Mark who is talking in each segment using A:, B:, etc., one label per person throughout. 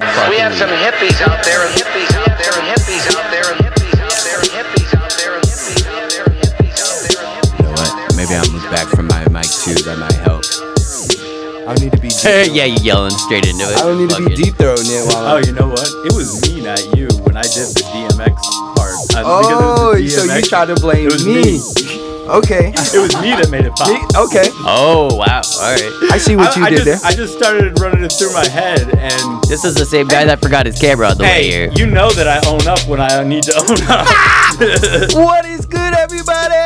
A: properly.
B: We have some hippies out there, and hippies out there, and hippies out there, and hippies out there, and hippies out there, and hippies out there, and hippies out there. and hippies
A: You know what? Maybe I'll move back from my mic too. That might help.
C: I don't need to be deep.
D: yeah, you yelling straight into it.
C: I don't need to be
D: Fucking-
C: deep throating it while
E: Oh,
C: I'm.
E: you know what? It was me, not you, when I did the DMX part. I,
C: Oh,
E: because it was the
C: so you
E: DMX
C: try to blame
E: It was
C: me.
E: me.
C: Okay.
E: It was me that made it pop.
C: Me- okay.
D: Oh wow! All right.
C: I see what
E: I,
C: you
E: I
C: did
E: just,
C: there.
E: I just started running it through my head, and
D: This is the same guy that forgot his camera on the way
E: hey,
D: here.
E: you know that I own up when I need to own up.
C: What is good, everybody?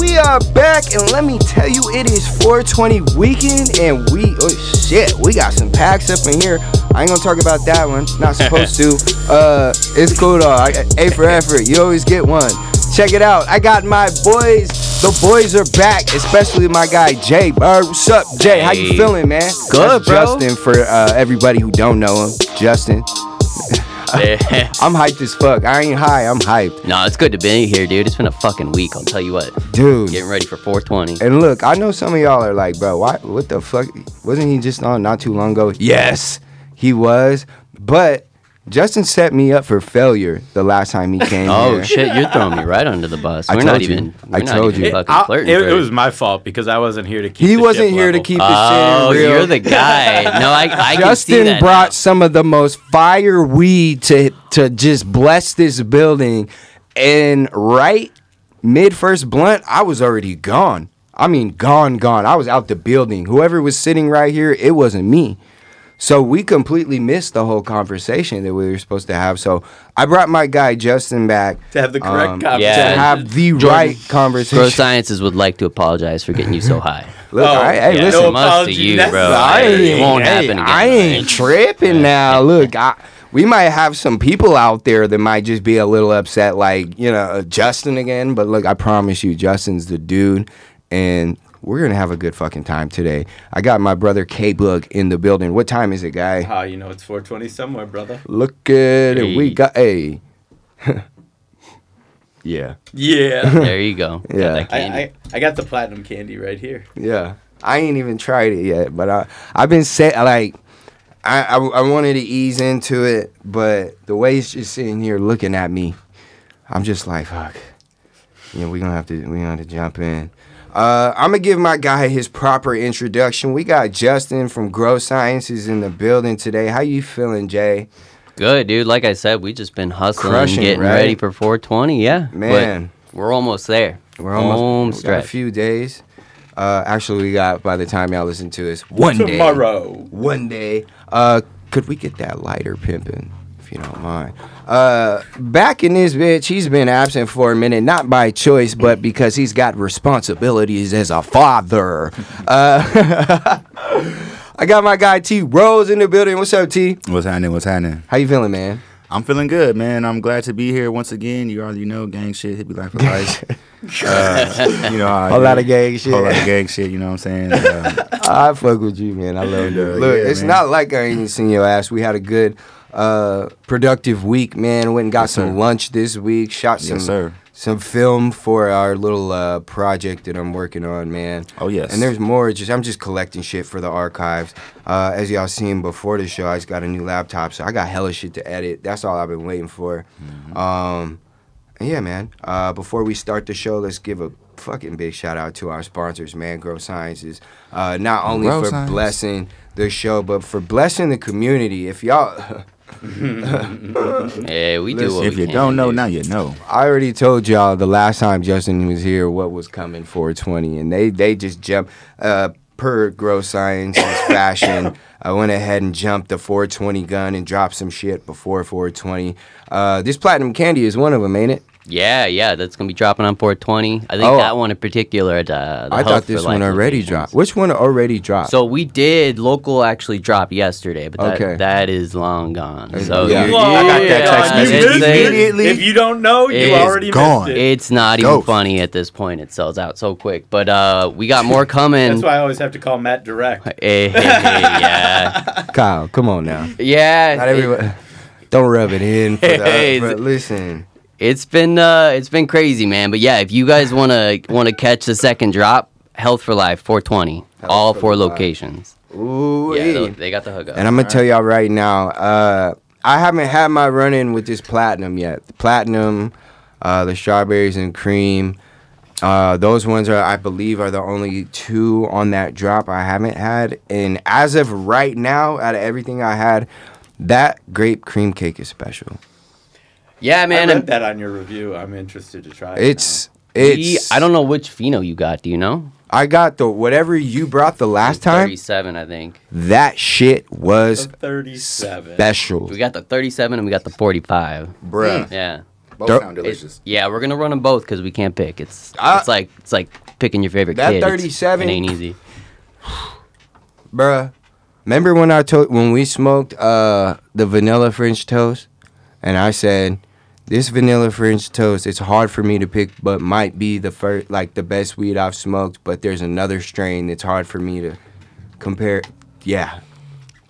C: We are back, and let me tell you, it is 420 weekend, and we oh shit, we got some packs up in here. I ain't gonna talk about that one. Not supposed to. Uh, it's cool though. I, A for effort. You always get one. Check it out. I got my boys. The boys are back, especially my guy Jay. Bird. What's up, Jay? How you
D: Hey.
C: feeling, man?
D: Good,
C: That's
D: bro.
C: Justin, for uh, everybody who don't know him, Justin. I'm hyped as fuck. I ain't high. I'm hyped,
D: no, it's good to be here, dude. It's been a fucking week. I'll tell you what.
C: dude.
D: Getting ready for 420.
C: And look, I know some of y'all are like, bro, why, what the fuck? Wasn't he just on not too long ago? Yes, he was. But Justin set me up for failure the last time he came.
D: Oh
C: here.
D: shit! You're throwing me right under the bus.
C: I
D: We're not
C: told you.
D: even.
C: I
D: we're not
C: told
D: even
C: you.
D: Fucking
E: I-
D: flirting.
E: it, it
D: dirty.
E: was my fault because I wasn't here to keep.
C: He
E: the
C: wasn't
E: ship
C: here to
E: level.
C: keep the
D: Oh,
C: shit real.
D: you're the guy. No, I, I can see
C: Justin
D: that
C: brought some of the most fire weed to to just bless this building, and right mid first blunt, I was already gone. I mean, gone, gone. I was out the building. Whoever was sitting right here, it wasn't me. So we completely missed the whole conversation that we were supposed to have. So I brought my guy Justin back
E: to have the correct
C: um,
E: conversation.
C: to
D: Yeah.
C: have the right conversation.
D: now. Bro Sciences would like to apologize for getting you so high.
C: Look,
E: Oh,
C: I, hey,
E: yeah,
C: listen,
E: no
D: Much to
E: apology
D: you,
E: necessary.
D: bro.
C: I
D: Uh, It
C: ain't,
D: won't
C: hey,
D: happen again.
C: I ain't tripping now. Look, I, we might have some people out there that might just be a little upset, like you know uh, Justin again. But look, I promise you, Justin's the dude, and we're gonna have a good fucking time today. I got my brother K Bug in the building. What time is it, guy?
E: Ah, you know it's 420 somewhere, brother.
C: Look at it. We
D: Hey.
C: got a. yeah,
E: Yeah.
D: There you go. Got
C: Yeah.
D: that
E: I,
D: candy.
E: I, I got the platinum candy right here.
C: yeah. I ain't even tried it yet, but I I've been set like. I, I, I wanted to ease into it, but the way it's just sitting here looking at me, I'm just like, fuck. Yeah, we're gonna have to we gonna have to jump in. Uh, I'm gonna give my guy his proper introduction. We got Justin from Grow Sciences in the building today. How you feeling, Jay?
D: Good, dude. Like I said, we just been hustling,
C: Crushing,
D: getting
C: right?
D: ready for 420. Yeah, But
C: Man.
D: we're almost there.
C: We're almost
D: home
C: we got a
D: stretch.
C: few days. Uh, actually, we got by the time y'all listen to this one day.
E: Tomorrow.
C: one day. Uh, could we get that lighter pimping, if you don't mind? Uh, back in this bitch, he's been absent for a minute, not by choice, but because he's got responsibilities as a father. Uh, I got my guy T Rose in the building. What's up, T?
F: What's happening? What's happening?
C: How you feeling, man?
F: I'm feeling good, man. I'm glad to be here once again. You already know, gang shit, hippie life for life. uh, you know, how I
C: Whole
F: do.
C: lot of gang shit.
F: Whole lot of gang shit. You know what I'm saying? Uh,
C: I fuck with you, man. I love you.
F: Yeah,
C: Look,
F: yeah,
C: it's
F: man.
C: not like I ain't seen your ass. We had a good, uh, productive week, man. Went and got some
F: sir.
C: lunch this week. Shot some
F: Yes, sir.
C: some film for our little uh, project that I'm working on, man.
F: Oh, yes.
C: And there's more. Just I'm just collecting shit for the archives. Uh, as y'all seen before the show, I just got a new laptop, so I got hella shit to edit. That's all I've been waiting for.
F: Mm-hmm.
C: Um, and yeah, man. Uh, before we start the show, let's give a fucking big shout out to our sponsors, Mangrove Sciences. Uh, not only
F: Mangrove
C: for
F: Science.
C: blessing the show, but for blessing the community. If y'all.
D: Yeah, we do what
F: if
D: we
F: you
D: can,
F: don't know,
D: dude.
F: now you know.
C: I already told y'all the last time Justin was here what was coming 420, and they they just jumped. Uh, per gross sciences fashion, I went ahead and jumped the 420 gun and dropped some shit before 420. Uh, this platinum candy is one of them, ain't it?
D: Yeah, yeah, that's gonna be dropping on 420. I think
C: Oh.
D: that one in particular. At, uh, the
C: I
D: Health
C: thought
D: for
C: this
D: Life
C: one already
D: locations.
C: dropped. Which one already dropped?
D: So we did local actually drop yesterday, but that,
C: Okay.
D: that is long gone. So
C: yeah.
D: you-
C: Whoa,
F: I got that
D: yeah,
F: text
D: I
F: message
D: didn't say-
F: immediately.
E: If you don't know, you
D: It's
E: already
F: gone.
E: missed it.
D: It's not even
F: Ghost.
D: funny at this point. It sells out so quick. But uh, we got more coming.
E: That's why I always have to call Matt direct.
D: Eh, eh, eh, yeah,
C: Kyle, come on now.
D: yeah.
C: Not
D: it-
C: everyone. Don't rub it in. For the,
D: Hey,
C: for-
D: it's-
C: listen.
D: It's been uh, it's been crazy, man. But yeah, if you guys wanna wanna catch the second drop, Health for Life 420, all
C: for
D: four
C: Life.
D: locations.
C: Ooh.
D: Yeah, they, they got the hookup.
C: And I'm gonna tell y'all right now, uh, I haven't had my run in with this platinum yet. The platinum, uh, the strawberries and cream, uh, those ones are, I believe, are the only two on that drop I haven't had. And as of right now, out of everything I had, that grape cream cake is special.
D: yeah, man.
E: I
D: and
E: read that on your review. I'm interested to try. it now.
C: It's
D: we-
C: it's
D: I don't know which Fino you got. Do you know?
C: I got the whatever you brought the last time.
D: Thirty-seven, I think.
C: That shit was
E: The 37.
C: special,
D: We got the thirty-seven and we got the forty-five.
F: Bruh.
D: Yeah.
F: Both
C: Dirt-
F: sound
D: It's-
F: delicious.
D: yeah, we're gonna run them both because we can't pick. It's
C: I-
D: it's like it's like picking your favorite
C: That
D: kid. It's-
C: 37
D: it ain't easy.
C: bruh. Remember when I told when we smoked uh the vanilla French toast, and I said this vanilla French toast. It's hard for me to pick, but might be the first like the best weed I've smoked. But there's another strain that's hard for me to compare. Yeah,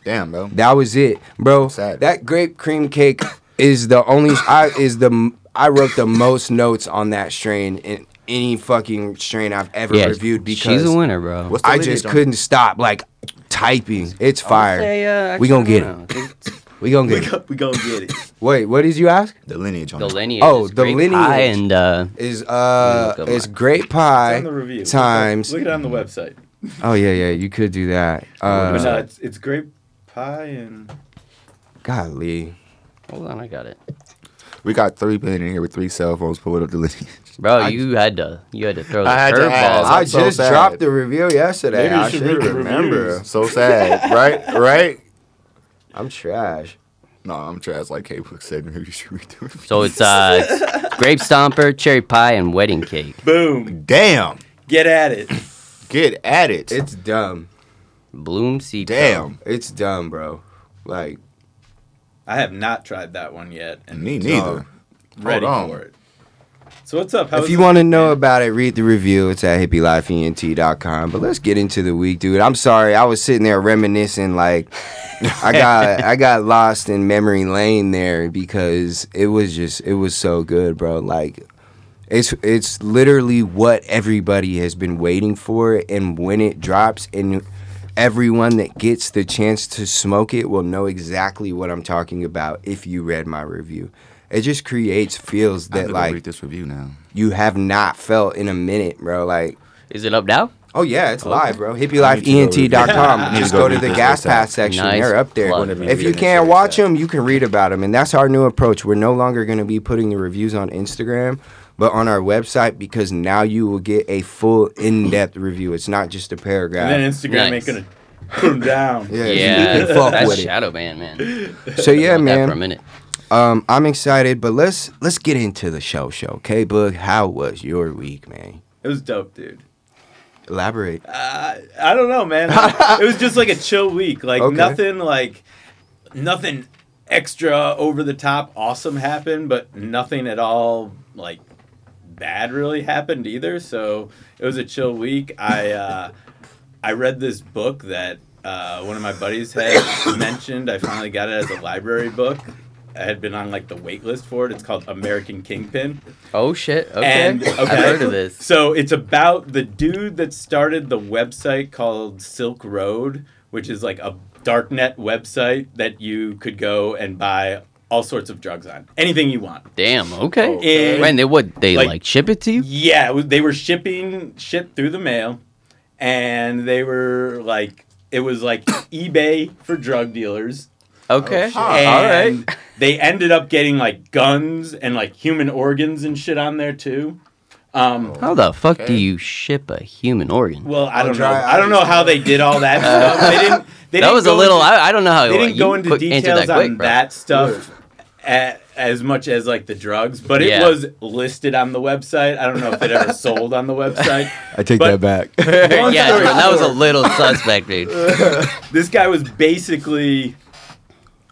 F: Damn, bro.
C: that was it, bro.
F: Sad.
C: That grape cream cake is the only I is the I wrote the most notes on that strain in any fucking strain I've ever
D: Yeah,
C: reviewed because
D: she's a winner, bro.
F: What's the
C: I
F: lineage
C: just
F: on
C: couldn't stop like typing. It's fire.
D: Say, uh,
C: we gonna
D: actually,
C: get
D: I don't
C: it.
D: know.
C: We gonna
E: Oh, we
C: get it.
E: go, we go get it.
C: Wait, what did you ask?
F: it? The lineage on
D: The
F: it.
D: lineage.
C: Oh,
D: is
C: the
D: grape pie
C: lineage.
D: and uh,
C: Is uh
D: Look up
C: it's
D: mine.
C: great
E: It's
C: pie
E: on the review. Look up-
C: times.
E: Look it on the website.
C: Oh yeah, yeah, you could do that.
E: but no,
C: Uh,
E: it's, it's grape pie and
C: golly,
D: hold on, I got it,
F: We got three people in here with three cell phones pulling up the lineage.
D: bro. you had to you had to throw the
F: I had to ask.
D: curveballs.
C: I
F: I'm so
C: just
F: sad.
C: dropped the review yesterday.
E: Maybe you
C: I
E: should
C: should
E: read the
C: remember.
E: Remember.
F: So sad, right? Right?
C: I'm trash.
F: No, I'm trash. Like K Book said, maybe you should read the review.
D: So it's uh, grape stomper, cherry pie, and wedding cake.
E: boom.
F: Damn.
E: Get at it.
F: Get at it.
C: It's dumb.
D: Bloom seed.
F: Damn.
C: It's dumb, bro. Like
E: I have not tried that one yet. And
F: Me neither.
E: ready
F: on.
E: for it. So what's up? How
C: if
E: was
C: you
E: it?
C: want to know about it, read the review. It's at E hippielifeent.com. But let's get into the week, dude. I'm sorry, I was sitting there reminiscing. Like, I got I got lost in memory lane there because it was just it was so good, bro. Like, it's it's literally what everybody has been waiting for, and when it drops, and everyone that gets the chance to smoke it will know exactly what I'm talking about if you read my review. It just creates feels
F: I'm
C: that
F: gonna
C: like
F: read this review now.
C: you have not felt in a minute, bro. Like,
D: Is it up now?
C: oh yeah, it's live, bro. E
F: need to go read- I
C: HippieLifeEnt.com.
F: need
C: Just
F: to
C: go
F: go
C: to
F: read
C: the
F: this
C: gas
F: next time.
C: pass section.
D: Nice
C: They're up there.
D: plug. Wanna
F: be
C: If you
F: reading
C: can't
F: this
C: watch
F: next
C: them, you can read about them, and that's our new approach. We're no longer going to be putting the reviews on Instagram, but on our website because now you will get a full in-depth review. It's not just a paragraph.
E: And then Instagram
D: Nice.
E: ain't gonna put 'em down.
C: Yeah, you
D: Yeah,
C: can fuck
D: that's
C: with it.
D: shadow ban, man.
C: So yeah,
D: Want that
C: man.
D: for a minute.
C: Um, I'm excited, but let's let's get into the show. Show, okay, Boog. How was your week, man?
E: It was dope, dude.
C: Elaborate.
E: I don't know, man. it was just like a chill week. Like
C: Okay.
E: nothing like nothing extra over the top awesome happened, but nothing at all like bad really happened either. So it was a chill week. I uh I read this book that uh, one of my buddies had mentioned. I finally got it as a library book. I had been on like the wait list for it. It's called American Kingpin.
D: Oh shit. Okay.
E: And-
D: I've
E: okay.
D: heard of this.
E: So it's about the dude that started the website called Silk Road, which is like a darknet website that you could go and buy all sorts of drugs on, anything you want.
D: Damn.
C: Oh.
D: Okay.
E: Okay.
D: Man, they would they
E: Like-
D: like, ship it to you?
E: Yeah, it was- they were shipping shit through the mail, and they were like, it was like eBay for drug dealers.
D: Okay.
E: Oh, And They ended up getting like guns and like human organs and shit on there too. Um,
D: How the fuck do
F: Okay.
D: you ship a human organ?
E: Well, I
C: I'll
E: don't know.
C: try-
E: I don't know how they did all that stuff. They didn't. They
D: Uh, that
E: didn't
D: was a
E: go
D: little.
E: Into,
D: I, I don't know how
E: they
D: you
E: didn't go into
D: quick answered
E: details
D: that quick,
E: on
D: bro.
E: that stuff a as much as like the drugs, but it
D: Yeah.
E: was listed on the website. I don't know if it ever sold on the website.
C: I take
E: But-
C: back.
D: yeah,
E: Long
D: dude,
E: story
D: that was a
E: short,
D: little suspect, dude.
E: This guy was basically.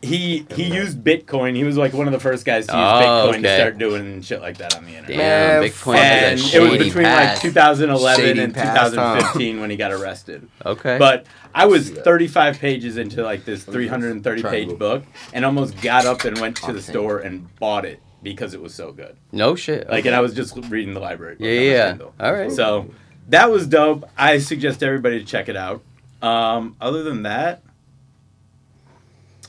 E: He he used Bitcoin. He was like one of the first guys to use
D: Oh,
E: Bitcoin to
D: okay.
E: start doing shit like that on the internet.
D: Damn,
C: Man,
D: big point.
E: And
D: that
E: it was
D: shady
E: between like
D: pass.
E: 2011
C: Shady
E: and
C: pass, huh?
E: 2015 when he got arrested.
D: Okay.
E: But I was
F: that.
E: 35 pages into like this 330
F: Triangle.
E: page book and almost got up and went to the store and bought it because it was so good.
D: no shit.
E: Like, and I was just reading the library. book
D: Yeah,
E: on my
D: yeah.
E: Kindle.
D: All right.
E: So that was dope. I suggest everybody to check it out. Um, other than that,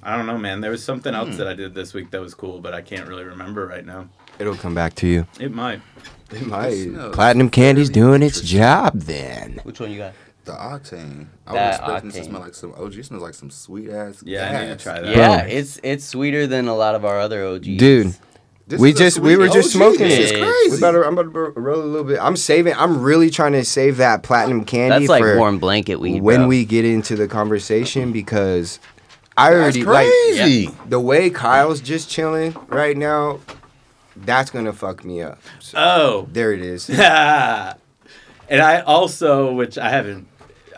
E: I don't know, man. There was something else that I did this week that was cool, but I can't really remember right now.
C: It'll come back to you.
E: It might.
F: No.
C: Platinum Candy's doing its job then.
D: Which one you got?
F: The octane. I
D: That
F: was expecting it to
D: octane.
F: smell like some OG. It smells like some sweet ass.
E: Yeah, I need to try that.
D: Yeah, it's it's sweeter than a lot of our other OGs.
C: Dude, we just we were just smoking
D: This
C: it.
D: is
F: It's
D: crazy.
C: We
F: crazy.
C: better, I'm about to ro- roll a little bit. I'm saving. I'm really trying to save that platinum candy
D: that's like
C: for
D: warm blanket weed.
C: when
D: bro.
C: we get into the conversation because I
F: That's
C: already like
F: crazy.
C: the way Kyle's just chilling right now. That's gonna fuck me up. So,
E: Oh,
C: there it is.
E: and I also, which I haven't,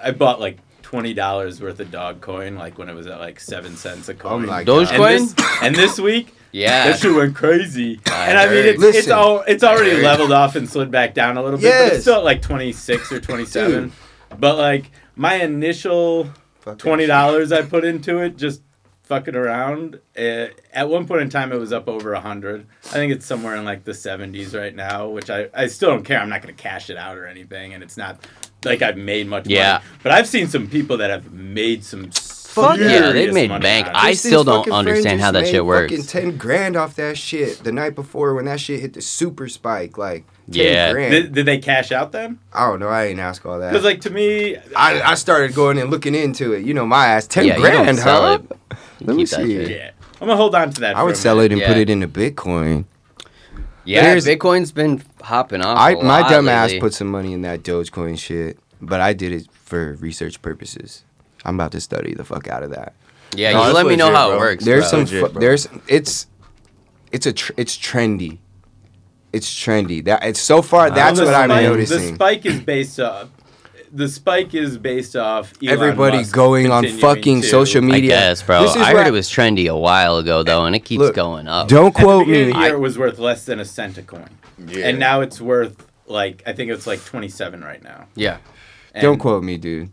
E: I bought like twenty dollars worth of dog coin, like when it was at like seven cents a coin.
C: Oh my
E: and
C: God.
D: Dogecoin?
E: This, and this week,
D: yeah,
E: that shit went crazy. and I mean,
D: heard.
E: it's it's
C: Listen.
E: all it's already leveled off and slid back down a little bit, but
C: Yes.
E: it's still at like twenty six or twenty seven. But like my initial
C: Fuck that
E: twenty dollars I put into it just fucking around. eh, at one point in time, it was up over a hundred. I think it's somewhere in like the seventies right now, which I I still don't care. I'm not gonna cash it out or anything, and it's not like I've made much
D: Yeah.
E: money. But I've seen some people that have made some.
D: Fuck yeah,
E: serious
D: they've made
E: money
D: bank.
E: out of
D: I
E: it.
C: This
D: still don't
C: fucking friend
D: understand how
C: just
D: that shit
C: made
D: works.
C: Fucking ten grand off that shit the night before when that shit hit the super spike. Like, 10
D: Yeah.
C: grand.
E: Did, did they cash out then?
C: I don't know. I ain't ask all that.
E: Because like to me,
C: I, I started going and looking into it. You know my ass, ten
D: Yeah, you don't
C: grand,
D: sell
C: huh?
D: it. You
C: Let me
D: keep that
C: see.
D: shit.
E: Yeah. I'm gonna hold on to that.
C: I
E: for
C: would
E: a
C: sell
E: minute.
C: it and put
D: Yeah.
C: it into Bitcoin.
D: Yeah,
C: There's-
D: Bitcoin's been hopping off.
C: I
D: a
C: my
D: lot
C: dumb
D: lately.
C: ass put some money in that Dogecoin shit, but I did it for research purposes. I'm about to study the fuck out of that.
D: Yeah,
F: No,
D: you
F: that's
D: let me know
F: legit,
D: how it
F: bro.
D: works.
C: There's
D: bro.
C: some
F: Legit,
C: fu-
F: bro.
C: there's it's it's a tr- it's trendy. It's trendy. That it's so far that's
E: The
C: what I'm
E: spike- The
C: noticing.
E: spike is based off. The spike is based off. Elon
C: Everybody
E: Musk
C: going on
E: continuing
C: fucking
E: to-
C: social
D: I
C: media.
D: guess, bro.
C: This is
D: I
C: why-
D: heard it was trendy a while ago though, and it keeps
C: Look,
D: going up.
C: Don't
E: At the
C: quote
E: beginning
C: me.
E: of the year, it was worth less than a cent a coin,
F: Yeah.
E: and now it's worth like I think it's like 27 right now.
D: Yeah,
E: And
C: Don't quote me, dude.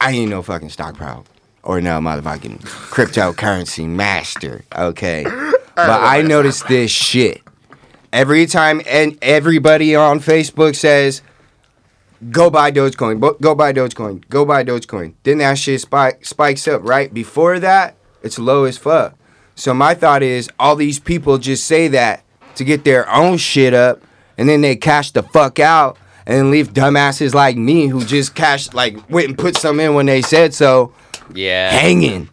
C: I ain't no fucking stock pro or no motherfucking cryptocurrency master. Okay. But I noticed this shit. Every time and everybody on Facebook says, go buy Dogecoin, bo- go buy Dogecoin, go buy Dogecoin. Then that shit spike, spikes up, right? Before that, it's low as fuck. So my thought is all these people just say that to get their own shit up and then they cash the fuck out and leave dumbasses like me who just cashed, like went and put some in when they said so
D: yeah.
C: hanging.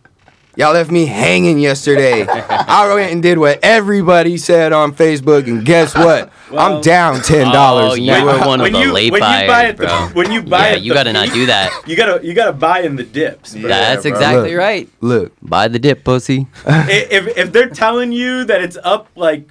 C: Y'all left me hanging yesterday. I went and did what everybody said on Facebook, and guess what? I'm
E: Well-
C: down ten dollars.
D: Oh, you were one of
E: when
D: the
E: you-
D: late
E: when you buy
D: buyers,
E: at the-
D: bro.
E: when you buy
D: yeah,
E: at
D: you
E: the
D: gotta not
E: peak-
D: do that.
E: You gotta you gotta buy in the dips. bro.
D: That's
F: bro.
D: exactly
C: Look.
D: right.
C: Look,
D: Buy the dip, pussy.
E: I- if if they're telling you that it's up like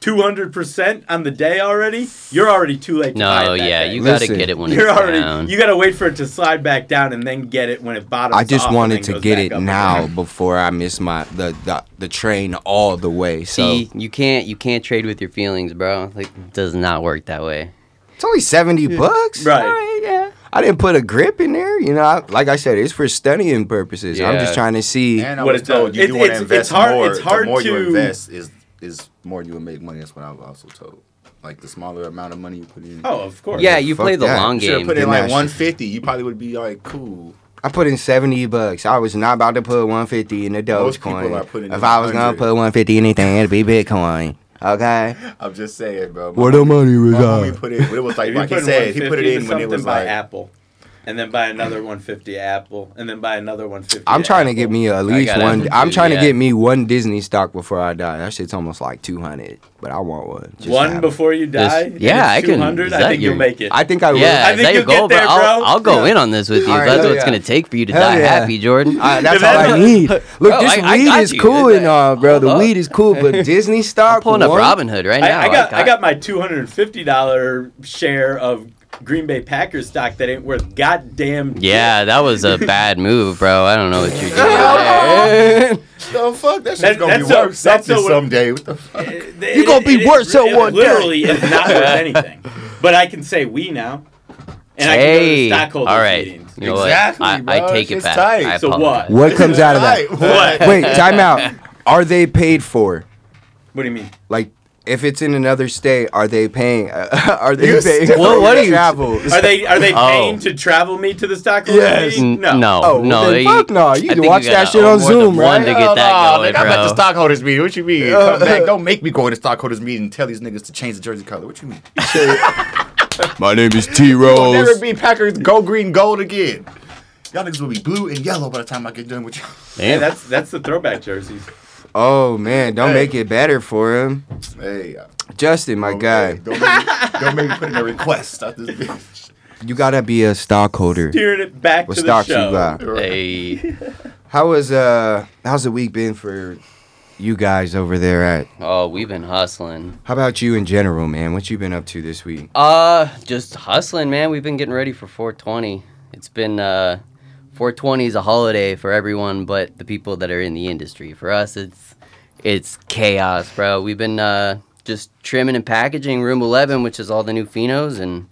E: 200 percent on the day already, you're already too late. To buy
D: No,
E: it that
D: yeah,
E: day.
D: you
C: Listen.
D: gotta get it when
E: You're
D: it's
E: already.
D: down.
E: You gotta wait for it to slide back down and then get it when it bottoms.
C: I just
E: off and
C: wanted
E: then
C: to
E: goes
C: get
E: back
C: it
E: up
C: now
E: again.
C: before I miss my the, the the train all the way. So
D: See, you can't you can't trade with your feelings, bro. Like it does not work that way.
C: it's only seventy bucks.
E: Right.
C: Alright, yeah. I didn't put a grip in there. You know, I, like I said, it's for studying purposes. I'm just
D: Yeah.
C: trying to see.
F: And I
E: What
F: was
E: it
F: told
E: does.
F: you
E: It-
F: do want
E: it's-
F: to
E: it's
F: invest
E: hard-
F: more.
E: it's hard
F: the more you
E: to-
F: invest is is more you will make money. That's what I was also told. Like the smaller amount of money you put in.
E: Oh, of course.
D: Yeah, you
C: fuck
D: play the
C: that.
D: long
F: should have
D: game.
F: put in
C: Didn't
F: like
C: actually-
F: one fifty. You probably would be like cool.
C: I put in seventy bucks. I was not about to put one fifty in the
F: Most people are
C: Dogecoin.
F: putting
C: If
F: in
C: I was gonna
F: 100.
C: put one fifty in anything, it'd be Bitcoin. Okay.
F: I'm just saying, bro.
C: Where the money
F: My homie
C: reside?
F: put it. It was like
E: If you
F: like
E: put
F: he
E: in
F: said. He put it
E: 150
F: in
E: to
F: when it
E: something,
F: was
E: buy
F: like
E: Apple, and then buy another 150 Apple, and then buy another 150.
C: I'm trying to get
E: Apple.
C: me at least
D: gotta
C: one.
D: do
C: I'm trying to
D: that.
C: get me one Disney stock before I die. That shit's almost like two hundred, but I want one. Just to
E: one
C: have it.
E: before you die. and
D: yeah,
E: it's
D: I can-
E: 200.
D: is
E: I
D: that
E: think
D: your-
E: you'll make it.
C: I think I will.
D: yeah,
E: I
D: is
E: think
D: that your
E: you'll get
D: goal, bro?
E: there,
D: I'll,
E: bro.
D: I'll go
C: Yeah.
D: in on this with you.
C: All right,
D: That's
C: hell
D: what it's
C: yeah.
D: gonna take for you to
C: Hell
D: die
C: yeah.
D: happy, Jordan.
C: I- that's all
E: If
C: I
E: that's-
C: need. Look,
D: Bro,
C: this
D: I- I
C: weed
D: got
C: is
D: you.
C: cool and all, bro.
D: Hold
C: The
D: up.
C: weed is cool, but Disney stock.
D: Pulling up
C: one?
D: Robinhood right now.
E: I, I got I got my 250 dollar share of Green Bay Packers stock that ain't worth goddamn.
D: Yeah, that was a bad move, bro. I don't know what you're doing.
F: The fuck? That shit's
E: That-
F: gonna be
E: that's a-
F: worth
E: that's
F: something
E: a-
F: someday. What the fuck?
E: You
C: gonna be worth
E: so
C: someone dead.
E: Literally, is not worth anything. But I can say we now, and I can
D: Hey,
E: go to stockholders
D: all right.
E: meetings.
D: You know what?
F: Exactly,
D: I, I
F: bro.
D: take it
F: It's
D: back.
F: tight.
D: I
E: So what?
D: apologize.
C: What comes out of
F: Right,
C: that?
F: what?
E: What?
C: Wait, time out. Are they paid for?
E: What do you mean?
C: Like, if it's in another state, are they paying? are they paying
D: st- what-
C: for
D: what
C: your
D: are you-
C: travel?
E: Are they are they
D: Oh.
E: paying to travel me to the Stockholm?
C: Yes.
E: meeting? No.
D: no,
C: Oh,
D: no,
C: then
D: they-
C: fuck no. You
D: I
C: can
D: think
C: watch
D: gotta
C: that shit on
D: own more than One
C: Zoom, right?
D: to
F: Hell
D: get that
F: nah,
D: going,
F: nigga, I'm at the
D: bro.
F: stockholders meeting. What you mean? Come back. Don't make me go to the stockholders meeting and tell these niggas to change the jersey color. What you mean?
A: My name is T
F: I'll never
A: Rose.
F: be Packers go green gold again. Y'all niggas will be blue and yellow by the time I get done with you.
E: Yeah,
D: Damn.
E: that's that's the throwback jerseys.
C: Oh man, don't make it better for him,
F: Hey, uh,
C: Justin. My
A: Oh,
F: don't-
C: guy,
F: hey, don't, make me, don't make me put in a request out this bitch.
C: you gotta be a stockholder.
E: Steering it back
C: What
E: to the
C: stocks you
E: show.
C: got?
D: Hey.
C: How was uh? How's the week been for you guys over there? At
D: Oh, we've been hustling.
C: how about you in general, man? What you been up to this week?
D: Uh, just hustling, man. We've been getting ready for 420. It's been uh 420 is a holiday for everyone but the people that are in the industry. For us, it's it's chaos, bro. We've been uh just trimming and packaging room 11, which is all the new finos and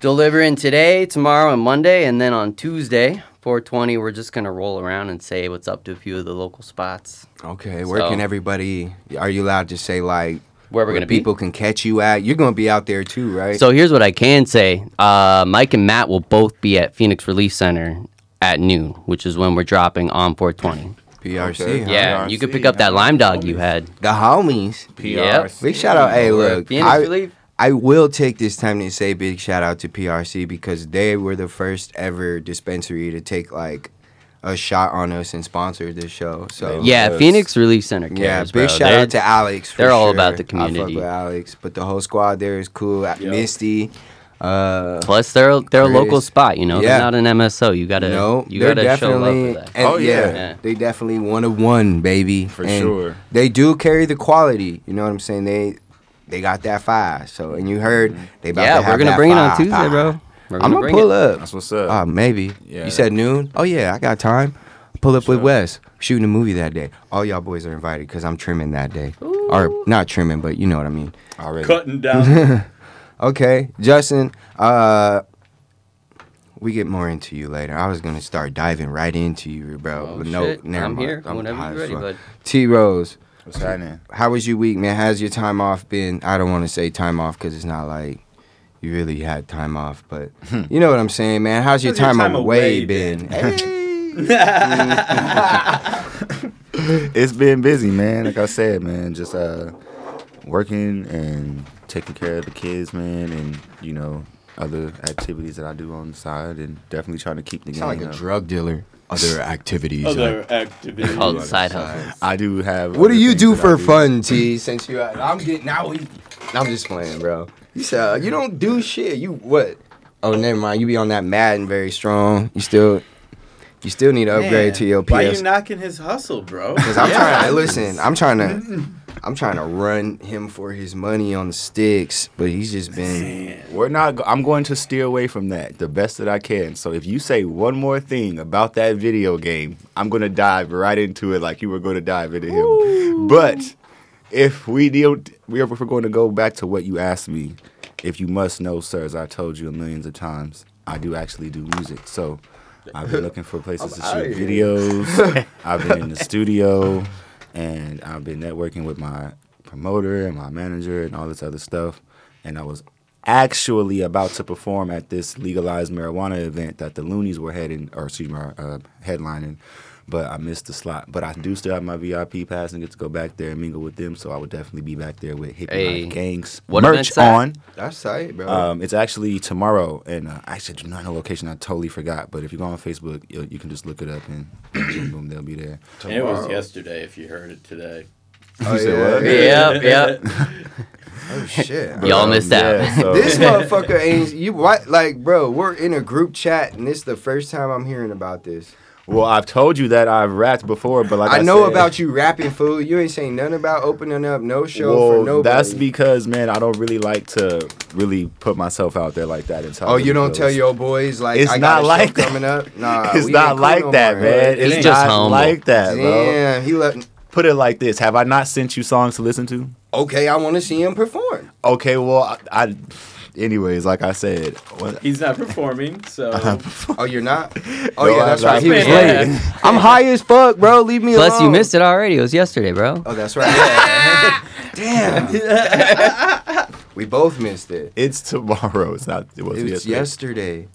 D: delivering today, tomorrow and Monday and then on Tuesday, 420, we're just going to roll around and say what's up to a few of the local spots.
C: Okay, where
D: So-
C: can everybody? Are you allowed to say like
D: Where we're gonna be?
C: people can catch you at? You're gonna be out there too, right?
D: So here's what I can say: uh, Mike and Matt will both be at Phoenix Relief Center at noon, which is when we're dropping on 420.
C: PRC.
F: Okay.
C: huh?
D: Yeah,
F: RRC,
D: you could pick up that
F: huh?
D: lime dog you had.
C: The homies.
D: Yep.
F: PRC.
C: Big shout out. Hey,
D: We're at
C: look,
D: Phoenix
C: I,
D: Relief.
C: I will take this time to say big shout out to PRC because they were the first ever dispensary to take like a shot on us and sponsor this show. So
D: Yeah,
F: Yes.
D: Phoenix Relief Center cares.
C: Yeah, big
D: bro.
C: shout
D: They're-
C: out to Alex. for
D: they're all
C: sure.
D: about the
C: I fuck
D: community.
C: with Alex, but the whole squad there is cool. Misty, uh,
D: Plus, they're they're a
C: Chris.
D: local spot. You know, they're
C: Yeah.
D: not an MSO. You gotta
C: no,
D: you
C: they're
D: gotta show
C: definitely.
D: love for that.
C: and
F: Oh,
C: yeah,
F: yeah.
D: Yeah.
C: they definitely one of one, baby.
F: For
C: And
F: sure.
C: they do carry the quality. You know what I'm saying? They they got that fire. So and you heard they about to
D: Yeah,
C: have
D: we're gonna
C: that
D: bring it
C: fire,
D: on Tuesday,
C: fire.
D: bro. We're
C: I'm gonna
D: bring
C: pull
D: it.
C: up.
F: That's what's
D: Oh,
F: up.
C: Uh,
D: Um,
C: maybe.
F: Yeah.
C: You said noon? Oh, yeah, I got time. Pull up with Wes. Shooting a movie that day. All y'all boys are invited because I'm trimming that day. Or not trimming, but you know what I mean.
F: Already.
E: Cutting down.
C: Okay, Justin, uh, we get more into you later. I was going to start diving right into you, bro.
D: Oh,
C: but no,
D: shit.
C: never
D: I'm
C: mind.
D: here whenever
C: high
D: you're
C: as
D: ready,
C: fuck.
D: bud.
C: T Rose,
F: What's happening?
C: how was your week, man? How's your time off been? I don't want to say time off because it's not like you really had time off, but you know what I'm saying, man. How's your,
E: How's your
C: time,
E: time
C: away,
E: away
C: been?
F: It's been busy, man. Like I said, man, just uh, working and taking care of the kids, man, and you know other activities that I do on the side, and definitely trying to keep the game.
C: Sound like a
F: up.
C: drug dealer.
A: Other activities.
E: Other activities.
D: Called Oh, side hustle.
F: I do have.
C: What do
F: other
C: you
F: things
C: do
F: that I
C: for fun, T? Since you, I'm getting now. We, I'm just playing, bro. You said uh, you don't do shit. You what? Oh, never mind. You be on that Madden very strong. You still, you still need to upgrade to your PS.
E: Why you knocking his hustle, bro?
C: Cause I'm trying to listen. I'm trying to, I'm trying to run him for his money on the sticks, but he's just been.
F: We're not. go- I'm going to steer away from that the best that I can. So if you say one more thing about that video game, I'm going to dive right into it like you were going to dive into him. But if we deal, we are, if we're going to go back to what you asked me. If you must know, sir, as I told you millions of times, I do actually do music. So I've been looking for places to
C: outta
F: shoot
C: here.
F: videos. I've been in the studio, and I've been networking with my promoter and my manager and all this other stuff. And I was actually about to perform at this legalized marijuana event that the Loonies were heading, or excuse me, uh, headlining. But I missed the slot. But I do still have my VIP pass and get to go back there and mingle with them. So I would definitely be back there with Hippie
D: Hey.
F: Life Gangs
D: What event's
F: merch
D: that?
F: on.
C: That's tight, bro.
F: Um, it's actually tomorrow, and uh, I actually do not know the location. I totally forgot, but if you go on Facebook, you, you can just look it up, and boom, boom, they'll be there.
E: it was yesterday. If you heard it today.
C: oh,
F: you said what?
D: Yep, yep.
C: Oh shit.
D: Y'all missed out.
F: yeah, so-
C: This motherfucker ain't you what like bro, we're in a group chat and this the first time I'm hearing about this.
F: well, I've told you that I've rapped before, but like I,
C: I know
F: said-
C: about you rapping food. You ain't saying nothing about opening up no show for nobody.
F: that's because man, I don't really like to really put myself out there like that. And tell
C: Oh, you
F: them
C: don't tell
F: because
C: your boys like
F: It's
C: I got a
F: not
C: show
F: like that.
C: coming up. Nah,
F: It's
C: we
F: not
C: ain't cool
F: like
C: no
F: that,
C: more,
F: man.
C: bro.
F: It's
D: He's just
F: not
D: humble.
F: like that, bro.
C: Damn, he let.
F: Put it like this: Have I not sent you songs to listen to?
C: Okay, I want to see him perform.
F: Okay, well, I, I anyways, like I said, what,
E: He's not performing, so
C: Oh, you're not. Oh
F: No,
C: yeah,
F: I'm
C: that's
F: not.
C: right. He was
D: Yeah.
C: late. I'm high as fuck, bro. Leave me alone.
D: Plus, you missed it already. It was yesterday, bro.
C: Oh, that's right. Yeah. Damn. we both missed it.
F: It's tomorrow. It's not. It was
C: It was
F: yesterday.
C: yesterday.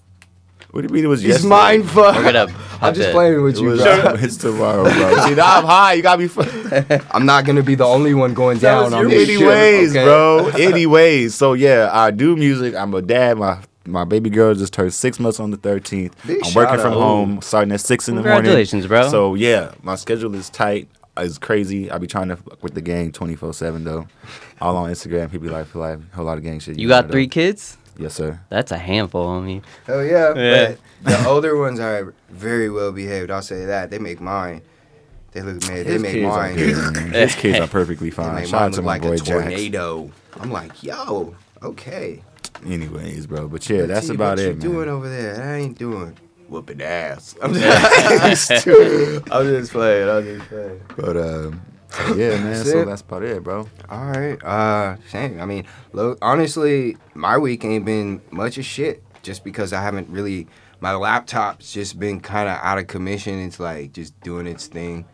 F: What do you mean it was
C: It's
F: yesterday?
C: mind fuck.
D: We're gonna
C: I'm
D: have
C: just
D: to-
C: playing with
F: It
C: you,
F: was,
C: bro.
F: it's tomorrow, bro. See, now I'm high. You got me fucked.
C: I'm not gonna be the only one going down on this shit.
F: Anyways,
C: okay?
F: bro. Anyways, so yeah, I do music. I'm a dad. My my baby girl just turned six months on the 13th.
C: Big
F: I'm working
C: shout
F: from
C: out.
F: home, starting at six in the morning.
D: Congratulations, bro.
F: So yeah, my schedule is tight. It's crazy. I be trying to fuck with the gang 24 seven though. All on Instagram. He be like, for like whole lot of gang shit.
D: You got
F: know,
D: three
F: though.
D: kids?
F: Yes, sir.
D: That's a handful, homie.
C: Hell yeah.
E: Yeah.
C: But the older ones are very well behaved. I'll say that. They make mine. They look made. They
F: His
C: make
F: kids are
C: mine. They
F: good, man. His kids are perfectly fine.
C: make
F: Shout out
C: mine
F: to
C: look
F: my
C: like
F: boy
C: a
F: Jack.
C: tornado. I'm like, yo, okay.
F: Anyways, bro. But yeah, that's
C: See
F: about
C: what
F: it,
C: you doing
F: man.
C: over there? I ain't doing whooping ass. I'm just, I'm just playing. I'm just playing.
F: But um, so yeah, man.
C: That's
F: So
C: it.
F: that's about it, bro.
C: All right. Uh, same. I mean, lo- honestly, my week ain't been much of shit just because I haven't really. My laptop's just been kind of out of commission. It's like just doing its thing.